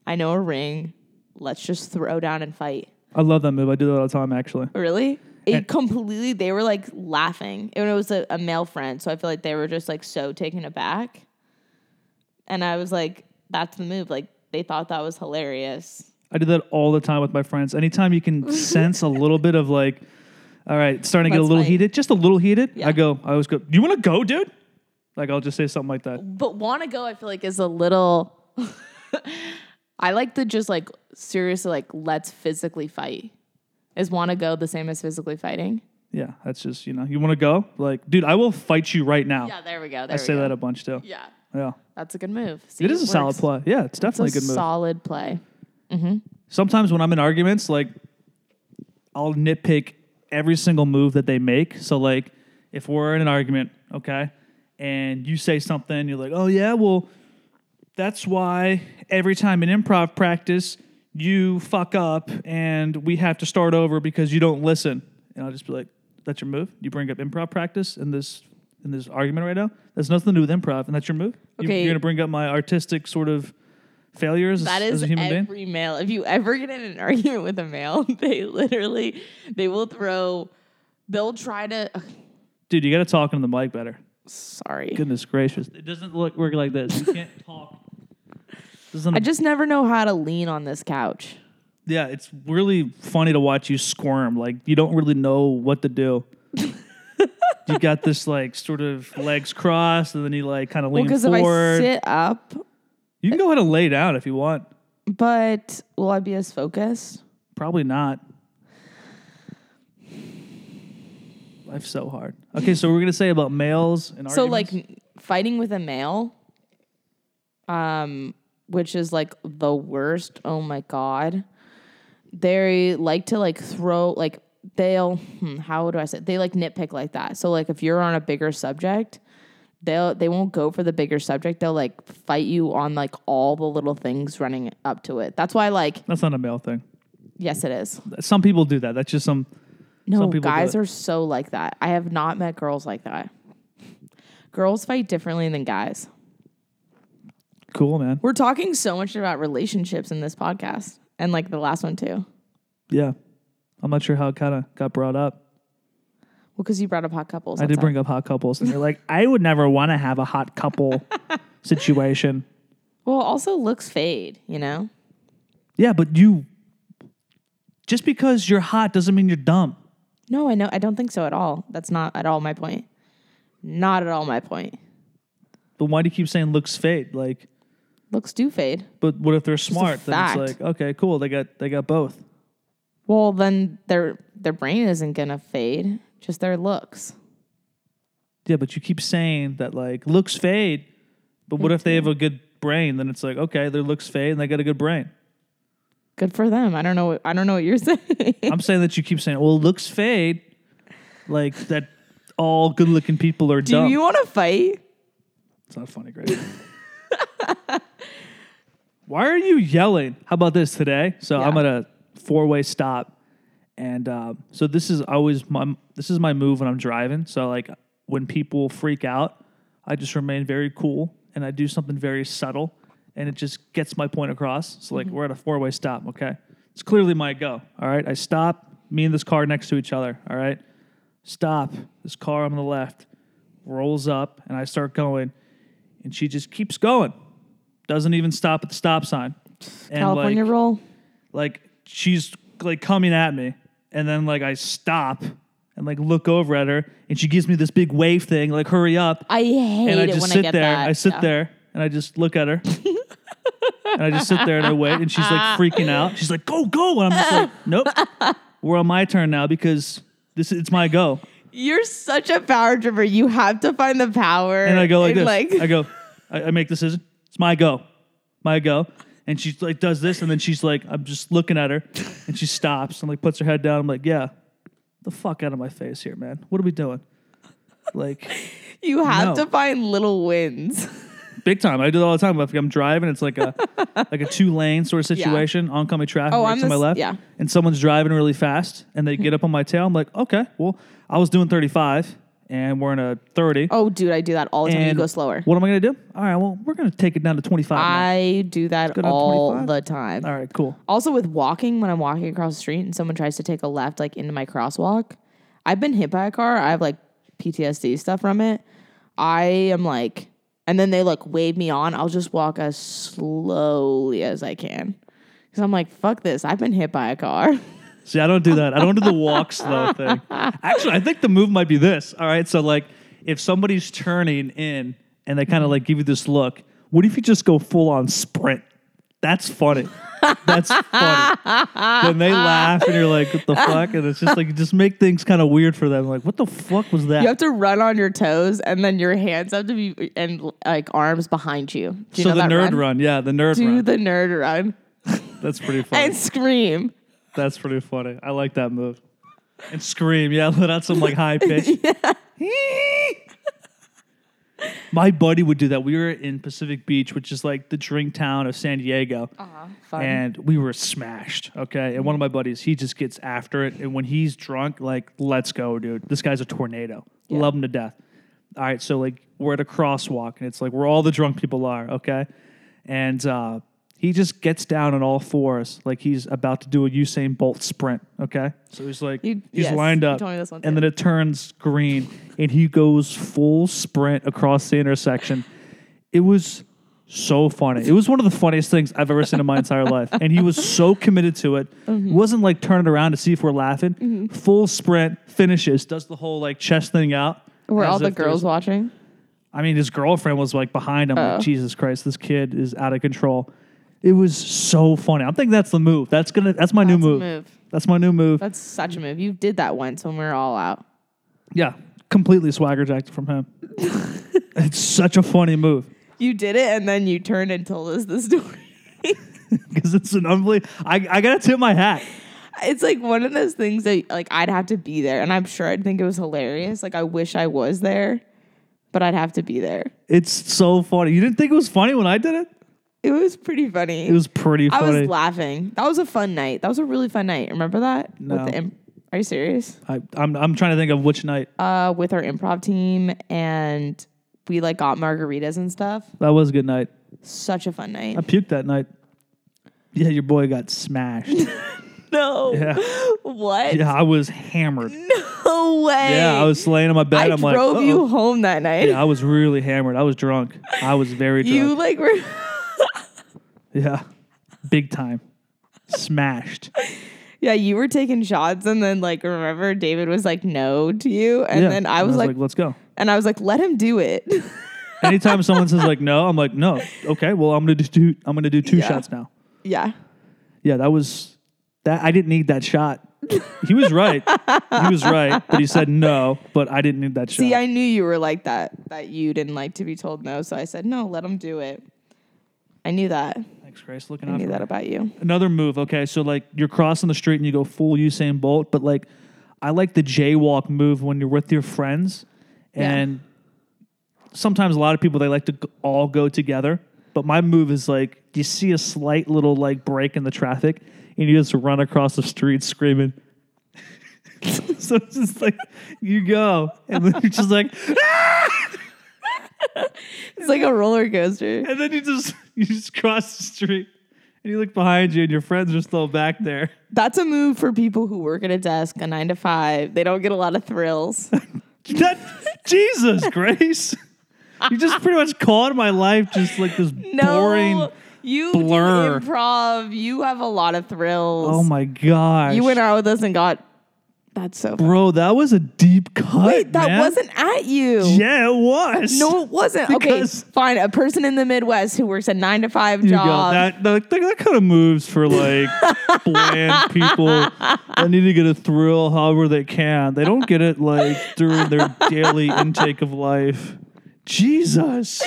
S2: I know a ring. Let's just throw down and fight.
S1: I love that move. I do that all the time. Actually,
S2: Really? It completely, they were like laughing. And it was a, a male friend. So I feel like they were just like so taken aback. And I was like, that's the move. Like they thought that was hilarious.
S1: I do that all the time with my friends. Anytime you can sense a little bit of like, all right, it's starting to get a
S2: Let's
S1: little
S2: fight.
S1: heated, just a little heated.
S2: Yeah.
S1: I go. I always go. You want to go, dude? Like I'll just say something like that.
S2: But wanna go, I feel like is a little, I like the just like seriously, like let's physically fight. Is wanna go the same as physically fighting?
S1: Yeah, that's just you know. You want to go? Like, dude, I will fight you right now.
S2: Yeah, there we go. There
S1: I
S2: we
S1: say
S2: go.
S1: that a bunch too.
S2: Yeah,
S1: yeah.
S2: that's a good move. See,
S1: It is a solid
S2: works.
S1: play. Yeah, it's
S2: It's a
S1: definitely a good move.
S2: solid play.
S1: Sometimes when I'm in arguments, like I'll nitpick every single move that they make. So like if we're in an argument, okay, and you say something, you're like, "Oh yeah, well that's why every time in improv practice you fuck up and we have to start over because you don't listen. And I'll just be like, that's your move. You bring up improv practice in this in this argument right now. That's nothing to do with improv, and that's your move. You-
S2: Okay.
S1: You're gonna bring up my artistic sort of failures
S2: That
S1: as, as
S2: is
S1: a human being.
S2: every male. If you ever get in an argument with a male, they literally they will throw. They'll try to. ugh,
S1: Dude, you gotta talk into the mic better.
S2: sorry.
S1: Goodness gracious. It doesn't look work like this. You can't talk. Doesn't
S2: I just never know how to lean on this couch.
S1: Yeah, it's really funny to watch you squirm. Like you don't really know what to do. you got this like sort of legs crossed, and then you like kind of
S2: Well,
S1: lean
S2: because if I
S1: forward.
S2: sit up,
S1: you can go ahead and lay down if you want.
S2: but will I be as focused?
S1: Probably not. Life's so hard. Okay, so we're gonna say about males and
S2: So
S1: arguments.
S2: like n- fighting with a male, um, which is like the worst. Oh my god, they like to like throw like they'll hmm, how do I say it? they like nitpick like that. So like if you're on a bigger subject, they'll they won't go for the bigger subject. They'll like fight you on like all the little things running up to it. That's why like
S1: that's not a male thing.
S2: yes, it is.
S1: Some people do that. That's just some.
S2: No,
S1: Some people do
S2: guys
S1: it.
S2: are so like that. I have not met girls like that. Girls fight differently than guys.
S1: Cool man.
S2: We're talking so much about relationships in this podcast and like the last one too. Well,
S1: Yeah, I'm not sure how it kind of got brought up.
S2: because you brought up hot couples.
S1: I
S2: that's
S1: did bring up hot couples, and you're like, I would never want to have a hot couple situation.
S2: all. Well, also looks fade, you know?
S1: Yeah, but you just because you're hot doesn't mean you're dumb.
S2: No, I know. I don't think so at all. That's not at all my point. Not at all my point.
S1: But why do you keep saying looks fade? Like,
S2: Looks do fade.
S1: but what if they're smart? Then it's
S2: fact.
S1: like, okay, cool. They got they got both.
S2: Well, then their their brain isn't gonna fade, just their looks.
S1: Yeah, but you keep saying that like looks fade. But what if they have a good brain? Then it's like, okay, their looks fade and they got a good brain.
S2: Good for them. I don't know. what- I don't know what you're saying.
S1: I'm saying that you keep saying, well, looks fade, like that. All good-looking people are
S2: Do
S1: dumb.
S2: you want to fight?
S1: It's not funny, Greg. Why are you yelling? How about this today? So I'm
S2: Yeah.
S1: at a four-way stop, and um, so this is always my this is my move when I'm driving. So like when people freak out, I just remain very cool and I do something very subtle, and it just gets my point across. So like we're at a four-way stop. Okay, it's clearly my go. All right, I stop. Me and this car next to each other. All right, stop. This car on the left rolls up, and I start going and she just keeps going. Doesn't even stop at the stop sign. And
S2: California
S1: like,
S2: roll.
S1: like she's like coming at me, and then like I stop and like look over at her, and she gives me this big wave thing, like hurry up,
S2: I hate
S1: and I
S2: it
S1: just
S2: when
S1: sit
S2: I get
S1: there.
S2: that.
S1: I sit
S2: Yeah.
S1: there and I just look at her, and I just sit there and I wait, and she's like freaking out. She's like, "Go, go!" And I'm just like, "Nope, we're on my turn now because this it's my go."
S2: You're such a power driver. You have to find the power.
S1: And I go like
S2: in,
S1: this. I go, I, I make the decision. It's my go, my go. And she like does this, and then she's like, I'm just looking at her, and she stops and like puts her head down. I'm like, yeah, the fuck out of my face here, man. What are we doing? Like
S2: you have
S1: No.
S2: to find little wins.
S1: big time. I do it all the time. If I'm driving, it's like a like a two lane sort of situation, oncoming traffic
S2: Oh,
S1: right
S2: I'm
S1: to my
S2: this-
S1: left,
S2: yeah.
S1: and someone's driving really fast, and they get up on my tail. I'm like, okay, well, I was doing 35, and we're in a 30.
S2: Oh, dude, I do that all the time. You
S1: and
S2: go slower.
S1: What am I gonna do? All right, well, we're gonna take it down to 25. now.
S2: I do that
S1: go down
S2: all
S1: 25.
S2: the time.
S1: All right, cool.
S2: Also, with walking, when I'm walking across the street and someone tries to take a left, like into my crosswalk, I've been hit by a car. I have like PTSD stuff from it. I am like, and then they like wave me on. I'll just walk as slowly as I can. Cause I'm like, fuck this. I've been hit by a car.
S1: See, I don't do that. I don't do the walk slow thing. Actually, I think the move might be this. All right, so like if somebody's turning in and they kind of like give you this look, what if you just go full on sprint? That's funny. That's funny. Then they laugh and you're like, what the fuck? And it's just like, you just make things kind of weird for them. Like, what the fuck was that?
S2: You have to run on your toes, and then your hands have to be and like arms behind you. Do you
S1: so
S2: know
S1: the
S2: that
S1: nerd
S2: run?
S1: run? yeah, the nerd
S2: Do
S1: run.
S2: the nerd run
S1: That's pretty funny.
S2: and scream.
S1: That's pretty funny. I like that move. And scream, yeah, let out some like high pitch. My buddy would do that. We were in Pacific Beach, which is like the drink town of San Diego.
S2: Uh-huh. Fun.
S1: And we were smashed, okay? And one of my buddies, he just gets after it. And when he's drunk, like, let's go, dude. This guy's a tornado.
S2: Yeah.
S1: Love him to death. All right, so like we're at a crosswalk and it's like where all the drunk people are, okay? And uh, he just gets down on all fours, like he's about to do a Usain Bolt sprint, okay? So he's like,
S2: You-
S1: he's
S2: yes,
S1: lined
S2: you
S1: up.
S2: told me this one
S1: and
S2: too.
S1: then it turns green and he goes full sprint across the intersection. It was so funny. It was one of the funniest things I've ever seen in my entire life. And he was so committed to it.
S2: Mm-hmm.
S1: Wasn't like turning around to see if we're laughing. Full sprint, finishes, does the whole like chest thing out.
S2: Were
S1: as
S2: all the
S1: if there's-
S2: girls watching?
S1: I mean, his girlfriend was like behind him,
S2: Oh.
S1: like, Jesus Christ, this kid is out of control. It was so funny. I'm thinking that's the move. That's gonna that's my new
S2: That's a
S1: move. That's my new move.
S2: That's such a move. You did that once when we were all out.
S1: yeah. Completely swagger jacked from him. it's such a funny move.
S2: You did it, and then you turned and told us the story.
S1: Because it's an unbelievable I, I gotta tip my hat.
S2: It's like one of those things that like I'd have to be there, and I'm sure I'd think it was hilarious. Like I wish I was there, but I'd have to be there.
S1: It's so funny. You didn't think it was funny when I did it?
S2: It was pretty funny.
S1: It was pretty
S2: I
S1: funny.
S2: was laughing. That was a fun night. That was a really fun night. Remember that?
S1: No.
S2: With the imp- Are you serious?
S1: I, I'm, I'm trying to think of which night.
S2: Uh, with our improv team, and we like got margaritas and stuff.
S1: That was a good night.
S2: Such a fun night.
S1: I puked that night. Yeah, your boy got smashed.
S2: No.
S1: Yeah.
S2: What?
S1: yeah, I was hammered.
S2: No way.
S1: Yeah, I was laying in my bed.
S2: I
S1: am like,
S2: drove
S1: "Uh-oh."
S2: you home that night.
S1: Yeah, I was really hammered. I was drunk. I was very
S2: you
S1: drunk.
S2: like were.
S1: yeah, big time, smashed.
S2: Yeah, you were taking shots, and then like remember David was like no to you, and
S1: Yeah.
S2: then I was, like,
S1: let's go.
S2: and I was like, let him do it.
S1: Anytime someone says like no, I'm like, no, okay, well I'm gonna do two, I'm gonna do two
S2: Yeah.
S1: shots now.
S2: yeah.
S1: Yeah, that was that. I didn't need that shot. He was right. he was right, but he said no. But I didn't need that shot.
S2: See, I knew you were like that. That you didn't like to be told no, so I said no. Let him do it. I knew that.
S1: Thanks, Grace. Looking
S2: I
S1: out
S2: knew
S1: for
S2: that about you.
S1: another move. Okay, so like you're crossing the street and you go full Usain Bolt, but like I like the jaywalk move when you're with your friends,
S2: Yeah.
S1: and sometimes a lot of people they like to g- all go together. But my move is like you see a slight little like break in the traffic, and you just run across the street screaming. so it's just like you go, and then you're just like,
S2: It's like a roller coaster.
S1: and then you just you just cross the street, and you look behind you, and your friends are still back there.
S2: That's a move for people who work at a desk, a nine to five. They don't get a lot of thrills.
S1: That Jesus Grace. You just pretty much called my life just like this
S2: No,
S1: boring.
S2: you
S1: blur.
S2: do improv. You have a lot of thrills.
S1: Oh my gosh.
S2: You went out with us and got. That's so.
S1: Bro, that was a deep cut.
S2: Wait, that
S1: man.
S2: wasn't at you.
S1: Yeah, it was.
S2: No, it wasn't.
S1: Because-
S2: okay, fine. A person in the Midwest who works a nine to five
S1: You
S2: job.
S1: got that, that, that, kind of moves for like bland people that need to get a thrill however they can. They don't get it like during their daily intake of life. Jesus.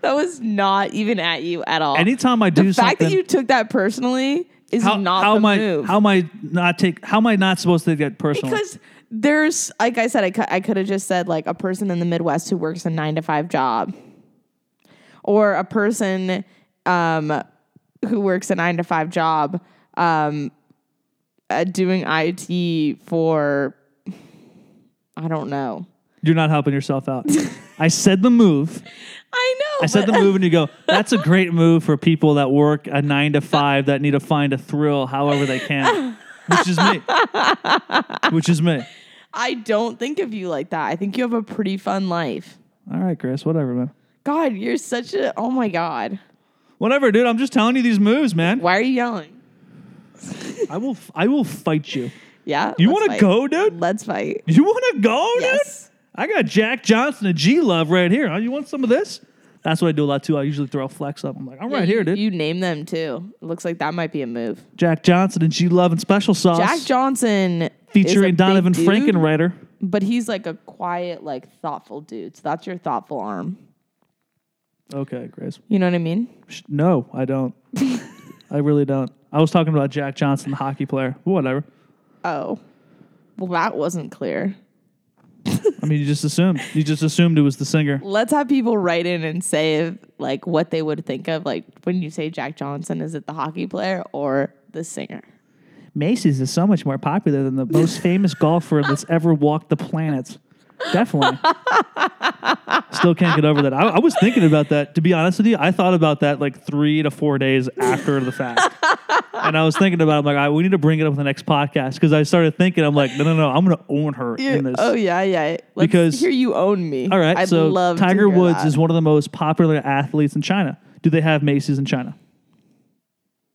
S2: That was not even at you at all.
S1: Anytime I do
S2: the fact
S1: something.
S2: that you took that personally is not the
S1: am I,
S2: move.
S1: How am I not take? How am I not supposed to get personal?
S2: because there's, like I said, I, cou- I could have just said like a person in the Midwest who works a nine to five job, or a person um, who works a nine to five job um, uh, doing IT for I don't know.
S1: You're not helping yourself out. I said the move.
S2: I know.
S1: I said the move, and you go. That's a great move for people that work a nine to five that need to find a thrill however they can, which is me. Which is me.
S2: I don't think of you like that. I think you have a pretty fun life.
S1: All right, Chris. Whatever, man.
S2: God, you're such a oh my god.
S1: Whatever, dude. I'm just telling you these moves, man.
S2: Why are you yelling?
S1: I will. I will fight you.
S2: Yeah.
S1: You
S2: let's
S1: want to
S2: fight.
S1: go, dude?
S2: Let's fight.
S1: You want to go, dude?
S2: Yes.
S1: I got Jack Johnson and G Love right here. Huh? You want some of this? That's what I do a lot too. I usually throw a flex up. I'm like, I'm
S2: Yeah,
S1: right
S2: you,
S1: here, dude.
S2: You name them too. It looks like that might be a move.
S1: Jack Johnson and G Love and Special Sauce.
S2: Jack Johnson is a
S1: featuring
S2: big
S1: Donovan
S2: dude,
S1: Frankenreiter.
S2: but he's like a quiet, like thoughtful dude. So that's your thoughtful arm.
S1: Okay, Grace.
S2: You know what I mean?
S1: Sh- No, I don't. I really don't. I was talking about Jack Johnson, the hockey player. Whatever.
S2: Oh, well, that wasn't clear.
S1: I mean, you just assumed. You just assumed it was the singer.
S2: Let's have people write in and say if, like what they would think of like when you say Jack Johnson. Is it the hockey player or the singer?
S1: Macy's is so much more popular than the most famous golfer that's ever walked the planet. Definitely. Still can't get over that. I, I was thinking about that. To be honest with you, I thought about that like three to four days after the fact. and I was thinking about it. I'm like, all right, we need to bring it up in the next podcast because I started thinking, I'm like, no, no, no, I'm going to own her in this.
S2: Oh yeah, yeah. Let's
S1: Because-
S2: here you own me.
S1: All right,
S2: I'd
S1: so
S2: love to
S1: Tiger
S2: hear
S1: Woods
S2: that.
S1: is one of the most popular athletes in China. Do they have Macy's in China?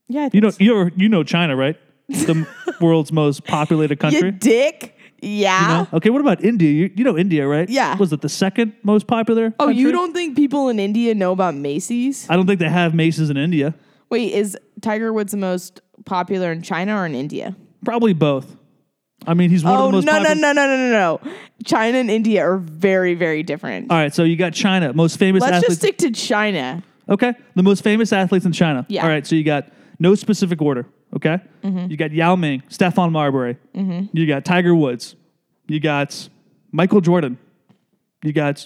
S2: yeah. I
S1: You
S2: think
S1: know,
S2: so.
S1: you know, you know China, right? The world's most populated country.
S2: you dick. Yeah.
S1: No? Okay, what about India? You, you know India, right?
S2: Yeah.
S1: Was it the second most popular?
S2: Oh, you
S1: country?
S2: don't think people in India know about Macy's?
S1: I don't think they have Macy's in India.
S2: Wait, is Tiger Woods the most popular in China or in India?
S1: Probably both. I mean, he's one of
S2: Oh
S1: the
S2: no
S1: most
S2: no no
S1: popular.
S2: no no no no! China and India are very very different.
S1: All right, so you got China, most famous
S2: Let's
S1: athletes.
S2: just stick to China.
S1: okay, the most famous athletes in China.
S2: Yeah. Mm-hmm.
S1: All right, so you got no specific order. Okay. You got Yao Ming, Stefan Marbury. You got Tiger Woods. You got Michael Jordan. You got.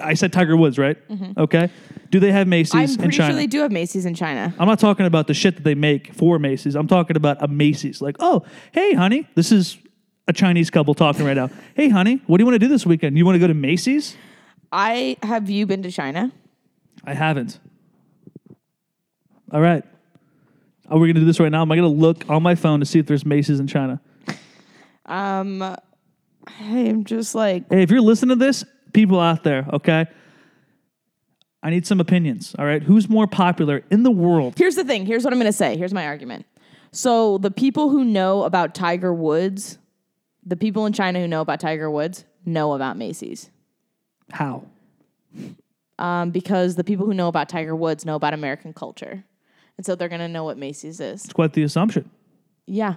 S1: I said Tiger Woods, right? Okay. Do they have Macy's
S2: Mm-hmm. I'm
S1: in
S2: pretty
S1: China?
S2: sure they do have Macy's in China.
S1: I'm not talking about the shit that they make for Macy's. I'm talking about a Macy's. Like, oh, hey, honey, this is a Chinese couple talking right now. Hey, honey, what do you want to do this weekend? You want to go to Macy's?
S2: I have you been to China?
S1: I haven't. All right. Are we going to do this right now? Am I going to look on my phone to see if there's Macy's in China?
S2: Um, I'm just like
S1: Hey, if you're listening to this, people out there, okay? I need some opinions. All right. Who's more popular in the world?
S2: Here's the thing. Here's what I'm going to say. Here's my argument. So the people who know about Tiger Woods, the people in China who know about Tiger Woods know about Macy's.
S1: How?
S2: Um, because the people who know about Tiger Woods know about American culture. And so they're going to know what Macy's is.
S1: It's quite the assumption.
S2: Yeah.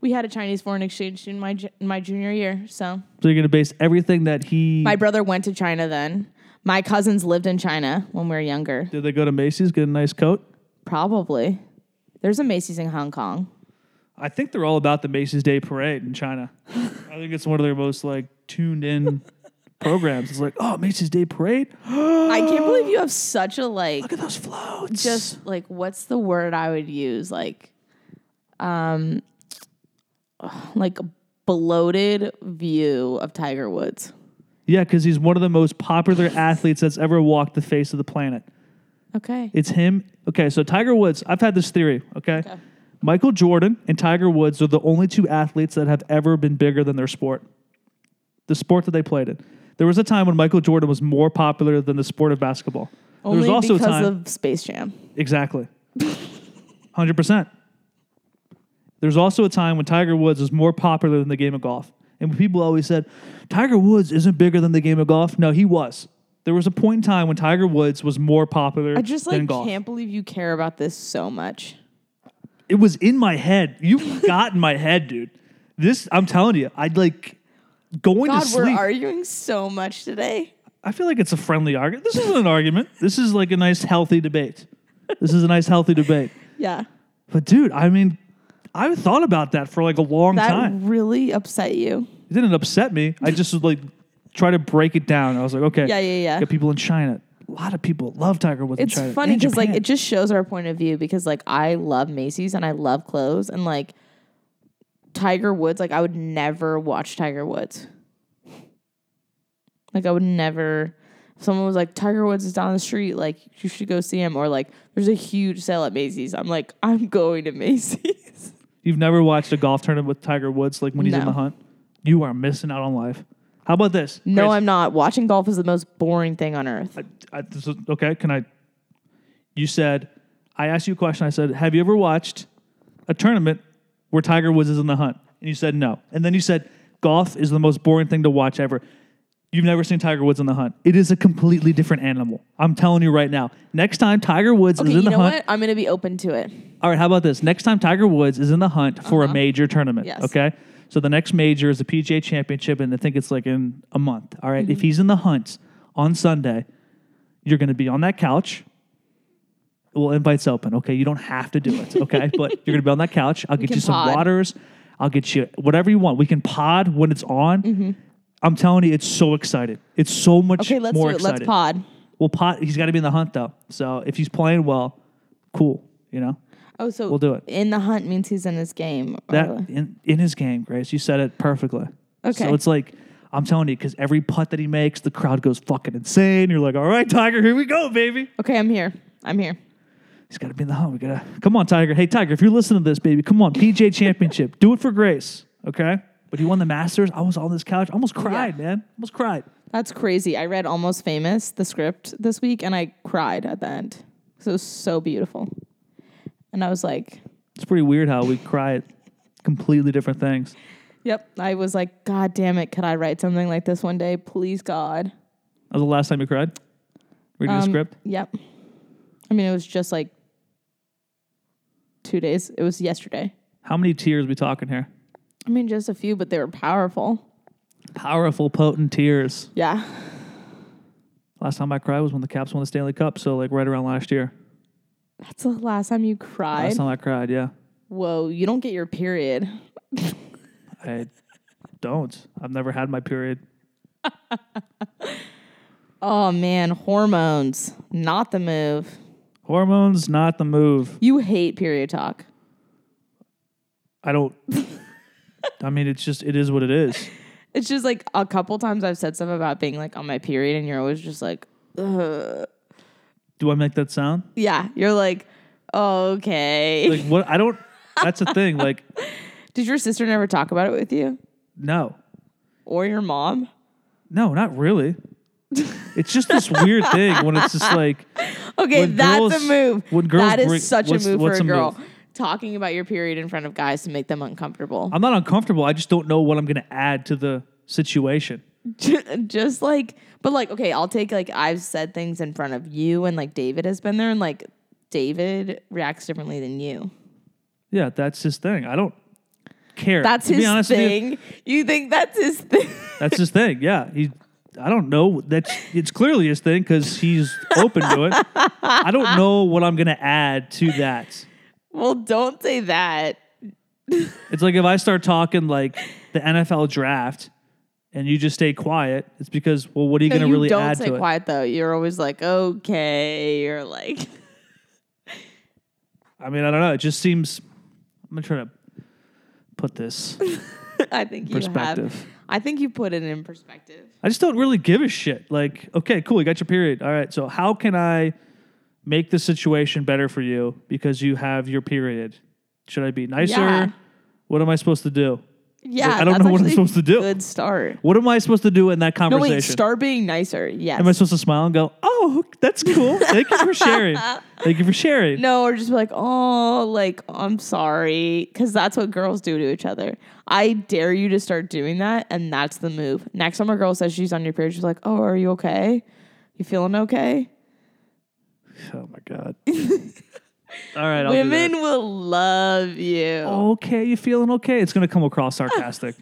S2: We had a Chinese foreign exchange student my, ju- in my junior year. So
S1: So you're going to base everything that he.
S2: my brother went to China then. My cousins lived in China when we were younger.
S1: Did they go to Macy's, get a nice coat?
S2: Probably. There's a Macy's in Hong Kong.
S1: I think they're all about the Macy's Day Parade in China. I think it's one of their most like tuned in programs. It's like, oh, Macy's Day Parade. Look
S2: I can't believe you have such a like
S1: at those floats.
S2: just like what's the word I would use like um like a bloated view of Tiger Woods.
S1: yeah, because he's one of the most popular athletes that's ever walked the face of the planet.
S2: Okay.
S1: It's him. Okay, so Tiger Woods. I've had this theory. Okay. Michael Jordan and Tiger Woods are the only two athletes that have ever been bigger than their sport, the sport that they played in. There was a time when Michael Jordan was more popular than the sport of basketball. There
S2: Only
S1: was also a
S2: because
S1: time,
S2: of Space Jam.
S1: Exactly. 100%. There's also a time when Tiger Woods was more popular than the game of golf. And people always said, Tiger Woods isn't bigger than the game of golf. No, he was. There was a point in time when Tiger Woods was more popular
S2: I just
S1: than
S2: like
S1: golf.
S2: can't believe you care about this so much.
S1: It was in my head. You got in my head, dude. This, I'm telling you, I'd like going
S2: God,
S1: to
S2: we're
S1: sleep.
S2: arguing so much today.
S1: I feel like it's a friendly argument. This isn't an argument. This is like a nice, healthy debate. This is a nice, healthy debate.
S2: Yeah.
S1: But dude, I mean, I thought about that for like a long
S2: That
S1: time.
S2: really upset you.
S1: It didn't upset me. I just was like try to break it down. I was like, okay,
S2: Yeah, yeah, yeah.
S1: Got people in China. A lot of people love Tiger Woods.
S2: It's
S1: in China
S2: funny
S1: and
S2: because like
S1: Japan.
S2: it just shows our point of view because like I love Macy's and I love clothes and like Tiger Woods, like I would never watch Tiger Woods. Like I would never if someone was like Tiger Woods is down the street, like you should go see him or like there's a huge sale at Macy's. I'm like, I'm going to Macy's.
S1: you've never watched a golf tournament with Tiger Woods, like when he's in
S2: No.
S1: the hunt. You are missing out on life. How about this?
S2: no,
S1: Chris,
S2: I'm not. Watching golf is the most boring thing on earth.
S1: I, this is, okay. Can I? You said I asked you a question. I said, have you ever watched a tournament where Tiger Woods is in the hunt? And you said no. And then you said golf is the most boring thing to watch ever. You've never seen Tiger Woods in the hunt. It is a completely different animal. I'm telling you right now. Next time Tiger Woods
S2: Okay,
S1: is in
S2: you
S1: the
S2: know
S1: hunt,
S2: what? I'm gonna be open to it.
S1: all right, how about this? Next time Tiger Woods is in the hunt for a major tournament,
S2: Uh-huh. Yes.
S1: okay? So the next major is the PGA Championship, and I think it's like in a month. All right?
S2: Mm-hmm.
S1: if he's in the hunt on Sunday, you're going to be on that couch. Well, invite's open, okay? You don't have to do it, okay? but you're going to be on that couch. I'll get
S2: can
S1: you some
S2: pod.
S1: waters. I'll get you whatever you want. We can pod when it's on. I'm telling you, it's so excited. It's so much
S2: Mm-hmm. Okay, let's
S1: more
S2: do it.
S1: excited.
S2: Let's pod.
S1: Well, pot. He's got to be in the hunt though. So if he's playing well, cool. You know
S2: Oh, so
S1: We'll do it.
S2: In the hunt means he's in his game.
S1: that
S2: or-
S1: in, in his game, Grace. You said it perfectly.
S2: Oh. Okay.
S1: So it's like I'm telling you, because every putt that he makes, the crowd goes fucking insane. You're like, all right, Tiger, here we go, baby.
S2: okay, I'm here. I'm here.
S1: He's got to be in the hunt. We gotta come on, Tiger. Hey, Tiger, if you're listening to this, baby, come on, PJ Championship, do it for Grace, okay? But he won the Masters. I was on this couch, I almost cried, man, almost cried.
S2: That's crazy. I read Almost Famous, the script this week, and I cried at the end. 'Cause It was so beautiful. And I was like,
S1: It's pretty weird how we cry at completely different things.
S2: yep. I was like, God damn it. Could I write something like this one day? Please, God.
S1: That was the last time you cried reading the
S2: Um,
S1: script.
S2: Yep. I mean, it was just like two days. It was yesterday.
S1: How many tears we talking here?
S2: I mean, just a few, but they were powerful.
S1: Powerful, potent tears.
S2: Yeah.
S1: Last time I cried was when the Caps won the Stanley Cup, so like right around last year.
S2: That's the last time you cried.
S1: Last time I cried, yeah.
S2: Whoa, you don't get your period.
S1: I don't. I've never had my period.
S2: Oh, man. Hormones, not the move.
S1: Hormones, not the move.
S2: You hate period talk.
S1: I don't. I mean, it's just it is what it is.
S2: It's just like a couple times I've said stuff about being like on my period, and you're always just like, Ugh.
S1: Do I make that sound?
S2: yeah, you're like, okay.
S1: Like what? I don't. That's the thing. Like
S2: Did your sister never talk about it with you
S1: no,
S2: or your mom?
S1: no, not really. It's just this weird thing when it's just like
S2: Okay,
S1: When
S2: that's
S1: girls-
S2: a move.
S1: when girls
S2: that is
S1: bring-
S2: such a
S1: what's-
S2: move for
S1: what's
S2: a
S1: a move?
S2: girl. Talking about your period in front of guys to make them uncomfortable.
S1: I'm not uncomfortable. I just don't know what I'm going to add to the situation.
S2: just like, but like, okay, I'll take like I've said things in front of you, and like David has been there, and like David reacts differently than you.
S1: Yeah, that's his thing. I don't care.
S2: That's
S1: To be
S2: his
S1: honest with you,
S2: thing. you think that's his thing?
S1: That's his thing. Yeah, he. I don't know. That's it's clearly his thing because he's open to it. I don't know what I'm gonna add to that.
S2: Well, don't say that.
S1: It's like if I start talking like the NFL draft, and you just stay quiet. It's because well, what are you
S2: No,
S1: gonna
S2: you
S1: really
S2: don't
S1: add
S2: say
S1: to
S2: quiet though. You're always like, okay. You're like,
S1: it? I mean, I don't know. It just seems. I'm gonna try to put this.
S2: I think you have.
S1: Perspective.
S2: I think you put it in perspective.
S1: I just don't really give a shit. Like, okay, cool, you got your period. All right, so how can I make the situation better for you because you have your period? Should I be nicer?
S2: Yeah.
S1: What am I supposed to do?
S2: Yeah,
S1: I don't
S2: that's
S1: know what I'm
S2: actually
S1: supposed to do.
S2: Good start.
S1: What am I supposed to do in that
S2: No,
S1: conversation?
S2: wait. Start being nicer. Yes.
S1: am I supposed to smile and go, "Oh, that's cool. Thank you for sharing. Thank you for sharing."
S2: no, or just be like, oh, like I'm sorry, because that's what girls do to each other. I dare you to start doing that, and that's the move. Next time a girl says she's on your period, she's like, oh, are you okay? You feeling okay?
S1: Oh my god. All right, I'll do that.
S2: Women will love you.
S1: Okay, you feeling okay? It's gonna come across sarcastic.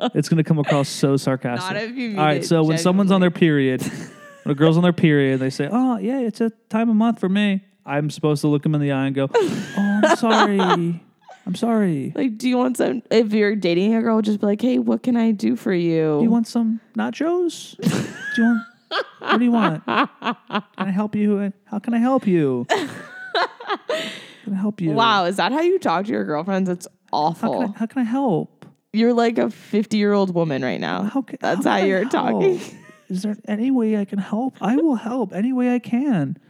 S1: it's gonna come across so sarcastic.
S2: Not if you mean
S1: All right,
S2: it
S1: so when someone's on their period, when a girl's on their period, they say, "Oh yeah, it's a time of month for me." I'm supposed to look them in the eye and go, "Oh, I'm sorry, I'm sorry.
S2: Like, do you want some? If you're dating a girl, just be like, hey, what can I do for you?
S1: Do you want some nachos? Do you want? What do you want? Can I help you? How can I help you? Can I help you?
S2: wow, is that how you talk to your girlfriends? It's
S1: How
S2: awful.
S1: can I, how can I help?
S2: you're like a 50 year old woman right now.
S1: How ca-
S2: That's
S1: how
S2: how,
S1: can I
S2: you're talking.
S1: help? Is there any way I can help? I will help any way I can. Do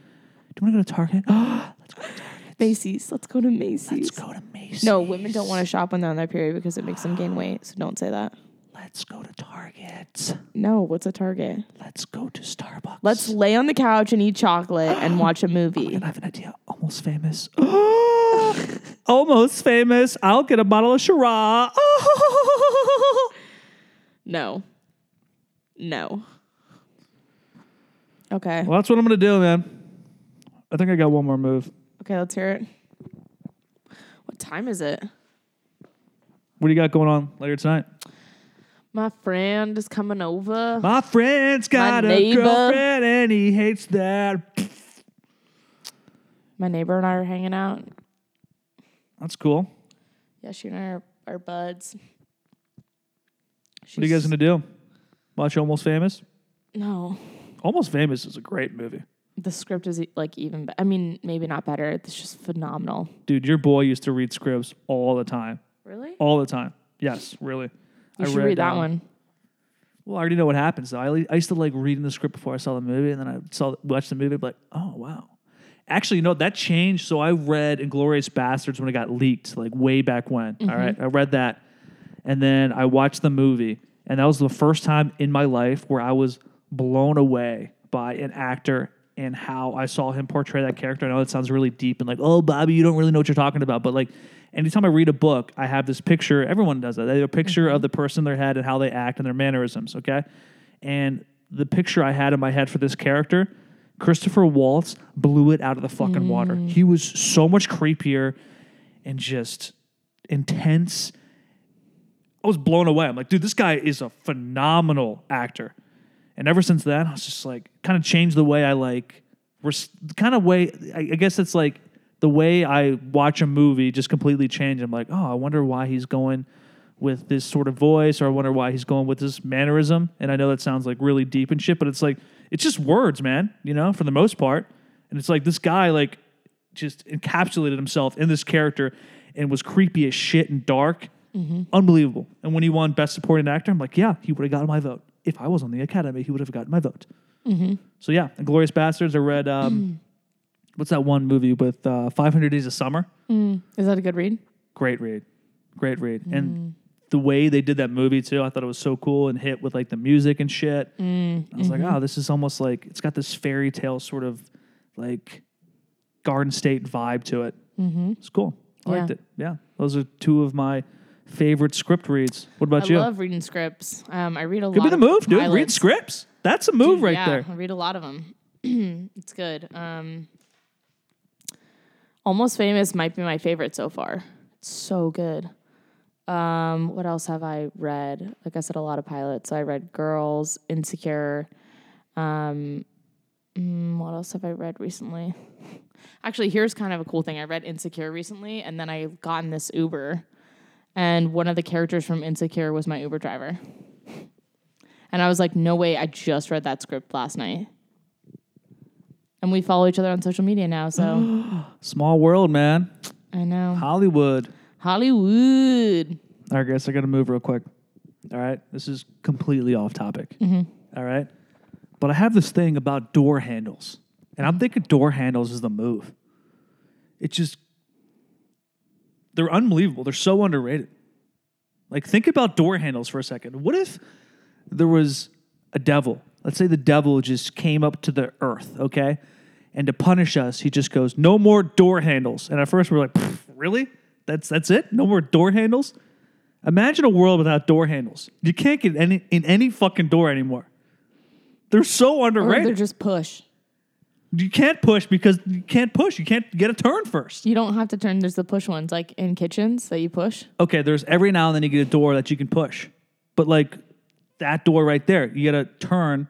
S1: you want to go to Target? Let's go to Target.
S2: Macy's. Let's go to Macy's.
S1: Let's go to Macy's.
S2: No, women don't want to shop when they're on their period because it makes them gain weight. So don't say that.
S1: Let's go to Target.
S2: No, what's a target?
S1: Let's go to Starbucks.
S2: Let's lay on the couch and eat chocolate and watch a movie.
S1: And I have an idea. Almost famous. Almost famous. I'll get a bottle of Shiraz.
S2: no. No. Okay.
S1: well, that's what I'm gonna do, man. I think I got one more move.
S2: Okay, let's hear it. What time is it?
S1: What do you got going on later tonight?
S2: My friend is coming over.
S1: My friend's got a
S2: neighbor.
S1: girlfriend and he hates that.
S2: My neighbor and I are hanging out.
S1: That's cool.
S2: Yeah, she and I are, are buds.
S1: What are you guys gonna
S2: She's-
S1: do? Watch Almost Famous.
S2: No,
S1: Almost Famous is a great movie.
S2: the script is e, like even. Be- I mean, maybe not better. It's just phenomenal.
S1: Dude, your boy used to read scripts all the time.
S2: Really?
S1: All the time. Yes, really.
S2: You
S1: I
S2: should read that
S1: down-
S2: one.
S1: Well, I already know what happens though. I, li- I used to like reading the script before I saw the movie, and then I saw watched the movie, but like, oh wow. Actually, no, that changed. So I read Inglorious Bastards when it got leaked, like way back when.
S2: Mm-hmm.
S1: All right, I read that, and then I watched the movie, and that was the first time in my life where I was blown away by an actor and how I saw him portray that character. I know it sounds really deep and like, oh, Bobby, you don't really know what you're talking about, but like, anytime I read a book, I have this picture. Everyone does that. They have a picture of the person in their head and how they act and their mannerisms. Okay, and the picture I had in my head for this character, Christopher Waltz, blew it out of the fucking water. He was so much creepier and just intense. I was blown away. I'm like, dude, this guy is a phenomenal actor. And ever since then, I was just like, kind of changed the way I like, res- kind of way, I, I guess it's like the way I watch a movie just completely changed. I'm like, oh, I wonder why he's going with this sort of voice, or I wonder why he's going with this mannerism. And I know that sounds like really deep and shit, but it's like, it's just words, man, you know, for the most part. And it's like this guy, like, just encapsulated himself in this character and was creepy as shit and dark. Unbelievable. And when he won Best Supporting Actor, I'm like, yeah, he would have gotten my vote. If I was on the Academy, he would have gotten my vote. So yeah, Glorious Bastards. I read, um, what's that one movie with uh, 500 Days of Summer?
S2: Mm. Is that a good read?
S1: Great read. Great read. And the way they did that movie too, I thought it was so cool and hit with like the music and shit. I was like, oh, this is almost like it's got this fairy tale sort of like Garden State vibe to it. Mm-hmm. It's cool. I liked
S2: Yeah.
S1: it. Yeah. Those are two of my favorite script reads. What about
S2: I
S1: you?
S2: love reading scripts. Um, I read a
S1: Could
S2: lot.
S1: be the
S2: of
S1: move, dude. Read
S2: pilots.
S1: scripts. That's a move right
S2: yeah,
S1: there.
S2: I read a lot of them. it's good. Um, Almost Famous might be my favorite so far. It's so good. Um, what else have I read? Like I said, a lot of pilots. I read Girls, Insecure. Um, mm, what else have I read recently? Actually, here's kind of a cool thing. I read Insecure recently, and then I got in this Uber, and one of the characters from Insecure was my Uber driver. And I was like, no way, I just read that script last night. And we follow each other on social media now, so
S1: Small world, man.
S2: I know.
S1: Hollywood.
S2: Hollywood.
S1: All right, guys, I got to move real quick. All right, this is completely off topic.
S2: Mm-hmm.
S1: All right, but I have this thing about door handles, and I'm thinking door handles is the move. It's just they're unbelievable. They're so underrated. Like think about door handles for a second. What if there was a devil? Let's say the devil just came up to the earth, okay? And to punish us, he just goes, "No more door handles." And at first we we're like, "Pff, "Really? That's that's it? No more door handles?" Imagine a world without door handles. You can't get any in any fucking door anymore. They're so
S2: Or
S1: underrated.
S2: they're just push.
S1: you can't push because you can't push. You can't get a turn first.
S2: You don't have to turn. There's the push ones, like in kitchens that you push.
S1: okay, there's every now and then you get a door that you can push. But like that door right there, you gotta turn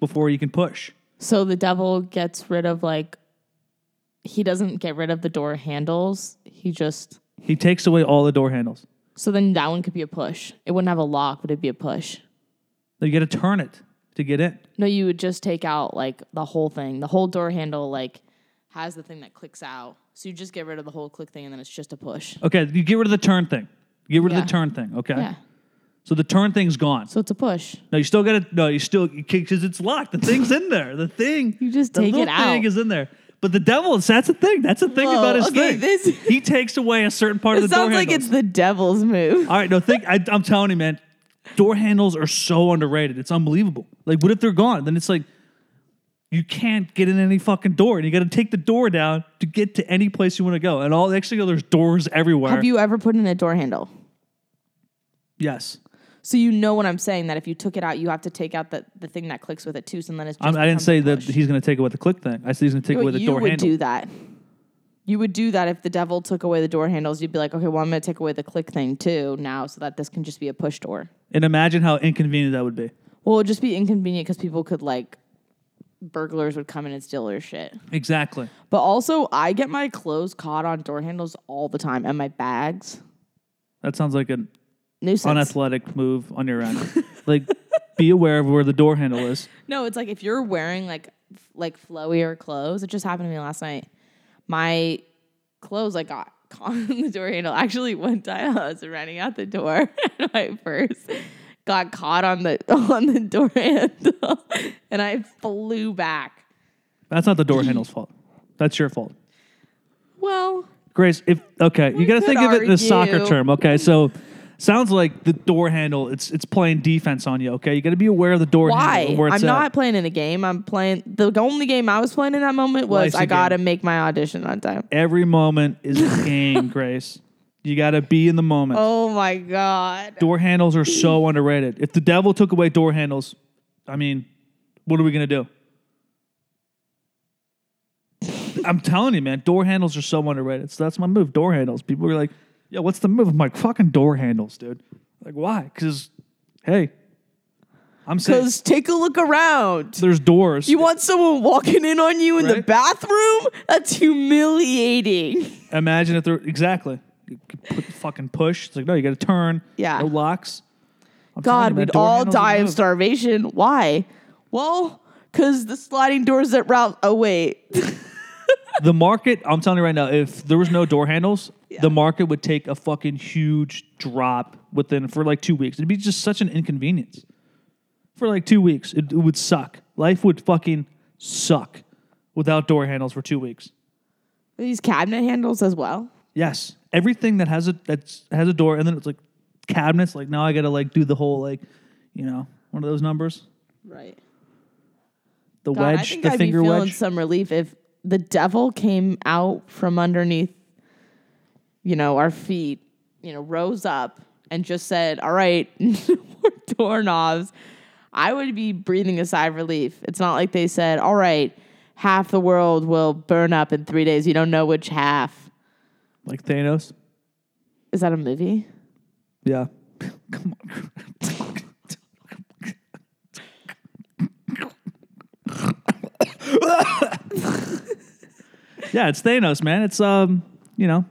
S1: before you can push.
S2: So the devil gets rid of like, he doesn't get rid of the door handles. He just,
S1: He takes away all the door handles.
S2: so then that one could be a push. It wouldn't have a lock, but it'd be a push.
S1: Now you gotta turn it to get in.
S2: No, you would just take out like the whole thing. The whole door handle like has the thing that clicks out. So you just get rid of the whole click thing and then it's just a push.
S1: Okay, you get rid of the turn thing. Get rid
S2: Yeah.
S1: of the turn thing, okay?
S2: Yeah.
S1: So the turn thing's gone.
S2: So it's a push.
S1: No, you still gotta no, you still because it's locked. The thing's in there. The thing
S2: You just
S1: the
S2: take
S1: little
S2: it out.
S1: thing is in there. But the devil, that's the thing. That's the thing
S2: Whoa,
S1: about his
S2: okay,
S1: thing.
S2: this-
S1: he takes away a certain part of the door handle.
S2: the devil's move.
S1: All right, no, think. I, I'm telling you, man, door handles are so underrated. It's unbelievable. Like, what if they're gone? Then it's like you can't get in any fucking door, and you got to take the door down to get to any place you want to go. And all next thing you know, there's doors everywhere.
S2: Have you ever put in a door handle?
S1: yes,
S2: So you know what I'm saying that if you took it out, you have to take out the, the thing that clicks with it too. So then it's just
S1: I'm, I didn't
S2: becomes a
S1: say that
S2: push.
S1: he's going to take away the click thing. I said he's going to take
S2: But
S1: away the
S2: you
S1: door
S2: would
S1: handle.
S2: do that. You would do that if the devil took away the door handles. You'd be like, okay, well, I'm going to take away the click thing too now, so that this can just be a push door.
S1: and imagine how inconvenient that would be.
S2: Well, it'd just be inconvenient because people could like burglars would come in and steal their shit.
S1: Exactly.
S2: But also, I get my clothes caught on door handles all the time and my bags.
S1: That sounds like an
S2: Nuisance.
S1: unathletic move on your end. like be aware of where the door handle is.
S2: No, it's like if you're wearing like f- like flowier clothes. It just happened to me last night. My clothes I got caught in the door handle. Actually, one time I was running out the door and my purse got caught on the on the door handle, and I flew back.
S1: That's not the door handle's fault. That's your fault.
S2: Well,
S1: Grace, if okay, you got to
S2: could
S1: think of it in a soccer
S2: argue.
S1: term. Okay, so sounds like the door handle. It's it's playing defense on you. Okay, you got to be aware of the door handle
S2: why?
S1: and where it's
S2: I'm
S1: at.
S2: not playing in a game. I'm playing the only game I was playing in that moment
S1: Life's
S2: was
S1: a
S2: I got to
S1: game.
S2: make my audition on time.
S1: Every moment is a game, Grace. You got to be in the moment.
S2: Oh my god.
S1: Door handles are so underrated. If the devil took away door handles, I mean, what are we gonna do? I'm telling you, man, door handles are so underrated. So that's my move. Door handles. People are like, "Yo, what's the move?" I'm like, "Fucking door handles, dude." Like, why? Because, hey, I'm saying
S2: Cuz take a look around.
S1: there's doors.
S2: You want someone walking in on you in the
S1: Right?
S2: bathroom? That's humiliating.
S1: Imagine if they're exactly. You could put the fucking push. It's like, no, you got to turn.
S2: Yeah.
S1: No locks. I'm telling
S2: God,
S1: you, man,
S2: we'd
S1: door
S2: all
S1: handles are
S2: die
S1: the
S2: of
S1: move.
S2: starvation. Why? Well, because the sliding doors that route. Oh, wait.
S1: the market, I'm telling you right now, if there was no door handles, the market would take a fucking huge drop within for like two weeks. It'd be just such an inconvenience. For like two weeks, it, it would suck. Life would fucking suck without door handles for two weeks.
S2: These cabinet handles as well.
S1: Yes, everything that has a that has a door, and then it's like cabinets. Like now, I gotta like do the whole like, you know, one of those numbers,
S2: Right.
S1: the
S2: God, I
S1: wedge,
S2: think
S1: the
S2: I'd
S1: finger
S2: be feeling
S1: wedge.
S2: some relief if the devil came out from underneath, you know, our feet, you know, rose up and just said, "All right, no more doorknobs." I would be breathing a sigh of relief. It's not like they said, "All right, half the world will burn up in three days." You don't know which half.
S1: like Thanos.
S2: Is that a movie?
S1: Yeah. Come on. yeah, it's Thanos, man. It's um, you know,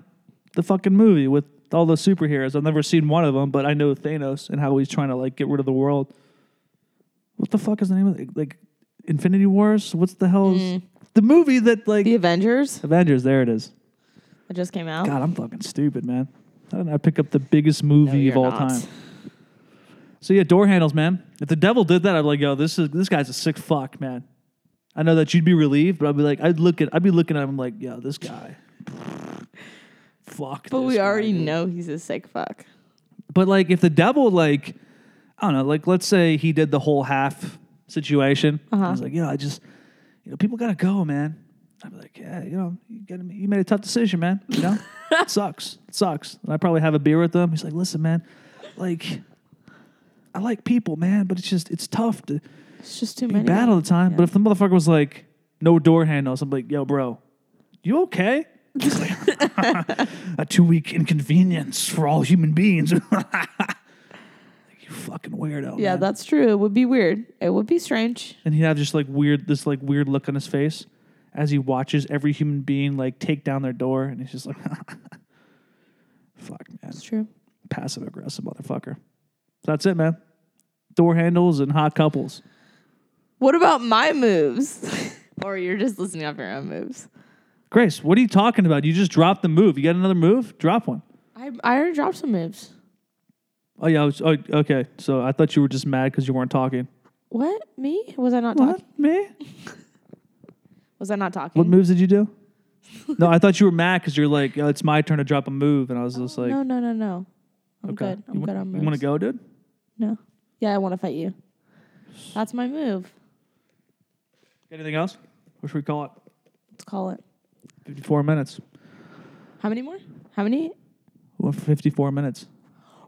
S1: the fucking movie with all the superheroes. I've never seen one of them, but I know Thanos and how he's trying to like get rid of the world. What the fuck is the name of it? Like Infinity Wars? What's the hell? is- Mm. The movie that like
S2: The Avengers
S1: Avengers. There it is.
S2: that just came out.
S1: God, I'm fucking stupid, man. How did I pick up the biggest movie
S2: you're
S1: of all
S2: not.
S1: time? So yeah, door handles, man. If the devil did that, I'd be like, yo, this is this guy's a sick fuck, man. I know that you'd be relieved, but I'd be like, I'd look at, I'd be looking at him like, yo, this guy, fuck.
S2: But
S1: this
S2: we
S1: guy,
S2: already
S1: dude."
S2: know he's a sick fuck.
S1: But like, if the devil, like, I don't know, like, let's say he did the whole half situation. I was like, you know, I just, you know, people gotta go, man. I'd be like, yeah, you know, you, gotta, you made a tough decision, man. You know, it sucks, it sucks. And I probably have a beer with them. He's like, listen, man, like, I like people, man, but it's just, it's tough to
S2: It's just too
S1: be
S2: many.
S1: bad all the time. But if the motherfucker was like, no door handles, I'm like, yo, bro, you okay? He's like, a two week inconvenience for all human beings. like, you fucking weirdo.
S2: Yeah,
S1: man.
S2: that's true. It would be weird. It would be strange.
S1: and he'd have just like weird, this like weird look on his face as he watches every human being like take down their door. And he's just like, fuck, man.
S2: It's true.
S1: Passive aggressive motherfucker. That's it, man. Door handles and hot couples.
S2: What about my moves? or you're just listening off your own moves.
S1: Grace, what are you talking about? You just dropped the move. You got another move? Drop one.
S2: I, I already dropped some moves.
S1: Oh yeah, I was, oh, okay. So I thought you were just mad because you weren't talking.
S2: What? Me? Was I not
S1: What
S2: talking?
S1: me?
S2: Was I not talking?
S1: What moves did you do? no, I thought you were mad because you're like, oh, it's my turn to drop a move, and I was just like,
S2: Oh, no, no, no, no. I'm
S1: okay,
S2: good.
S1: You
S2: I'm
S1: wa-
S2: good on moves.
S1: you want to go, dude?
S2: No. Yeah, I want to fight you. That's my move.
S1: Got anything else? What should we call it?
S2: Let's call it.
S1: Fifty-four minutes.
S2: How many more? How many?
S1: Well, Fifty-four minutes.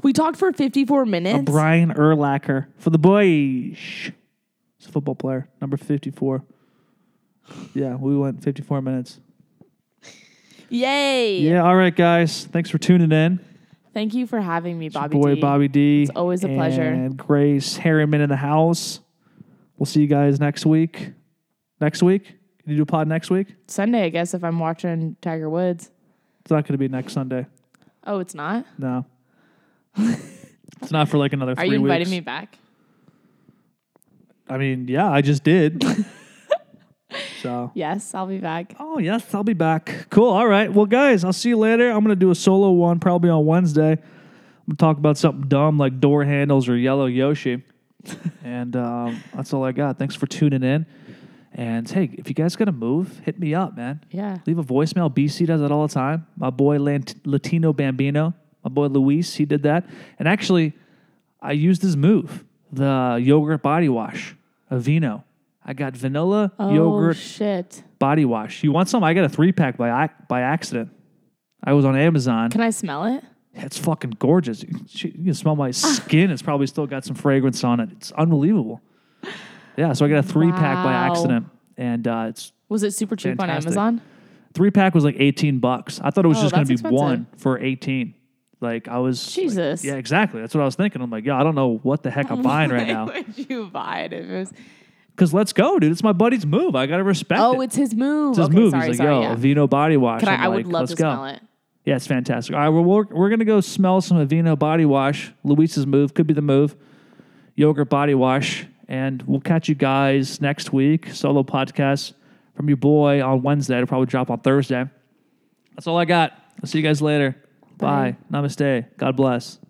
S2: We talked for 54 minutes.
S1: A Brian Erlacher for the boys. He's a football player, number fifty-four. Yeah, we went fifty-four minutes.
S2: Yay.
S1: Yeah, all right, guys. Thanks for tuning in.
S2: Thank you for having me, Bobby.
S1: boy
S2: D.
S1: Bobby D. It's
S2: always a pleasure.
S1: And Grace Harriman in the house. We'll see you guys next week. Next week? Can you do a pod next week?
S2: Sunday, I guess, if I'm watching Tiger Woods.
S1: It's not going to be next Sunday.
S2: Oh, it's not?
S1: No. it's not for like another
S2: Are
S1: three
S2: you inviting
S1: weeks.
S2: me back?
S1: I mean, yeah, I just did. so.
S2: Yes, I'll be back.
S1: Oh, yes, I'll be back. Cool. All right. Well, guys, I'll see you later. I'm going to do a solo one probably on Wednesday. I'm going to talk about something dumb like door handles or yellow Yoshi. and um, that's all I got. Thanks for tuning in. And hey, if you guys got to move, hit me up, man.
S2: Yeah.
S1: Leave a voicemail. BC does that all the time. My boy Lant- Latino Bambino, my boy Luis, he did that. And actually, I used his move, the yogurt body wash, Avino. I got vanilla
S2: Oh
S1: yogurt
S2: shit.
S1: body wash. You want some? I got a three pack by ac- by accident. I was on Amazon.
S2: Can I Ah. smell it?
S1: It's fucking gorgeous. You can- You can smell my skin. It's probably still got some fragrance on it. It's unbelievable. Yeah, so I got a three pack by
S2: Wow.
S1: accident, and uh, it's
S2: Was it super cheap
S1: Fantastic.
S2: on Amazon?
S1: three pack was like eighteen bucks. I thought it was
S2: Oh,
S1: just going to be
S2: that's
S1: one
S2: expensive.
S1: for eighteen. Like I was like-
S2: Jesus. Oh
S1: yeah, exactly. That's what I was thinking. I'm like, yeah, I don't know what the heck I'm buying right now.
S2: Why would you buy it if it was?
S1: Because let's go, dude. It's my buddy's move. I gotta respect it.
S2: Oh, it's his move.
S1: It's his
S2: okay,
S1: move.
S2: sorry,
S1: He's like,
S2: sorry.
S1: yo,
S2: yeah.
S1: Aveeno body wash.
S2: Can
S1: I'm
S2: I? I would
S1: like,
S2: love
S1: let's
S2: to
S1: go.
S2: smell it.
S1: Yeah, it's fantastic. All right, well, we're, we're going to go smell some Aveeno body wash. Luis's move could be the move. Yogurt body wash. And we'll catch you guys next week. Solo podcast from your boy on Wednesday. It'll probably drop on Thursday. That's all I got. I'll see you guys later. Bye. Namaste. God bless.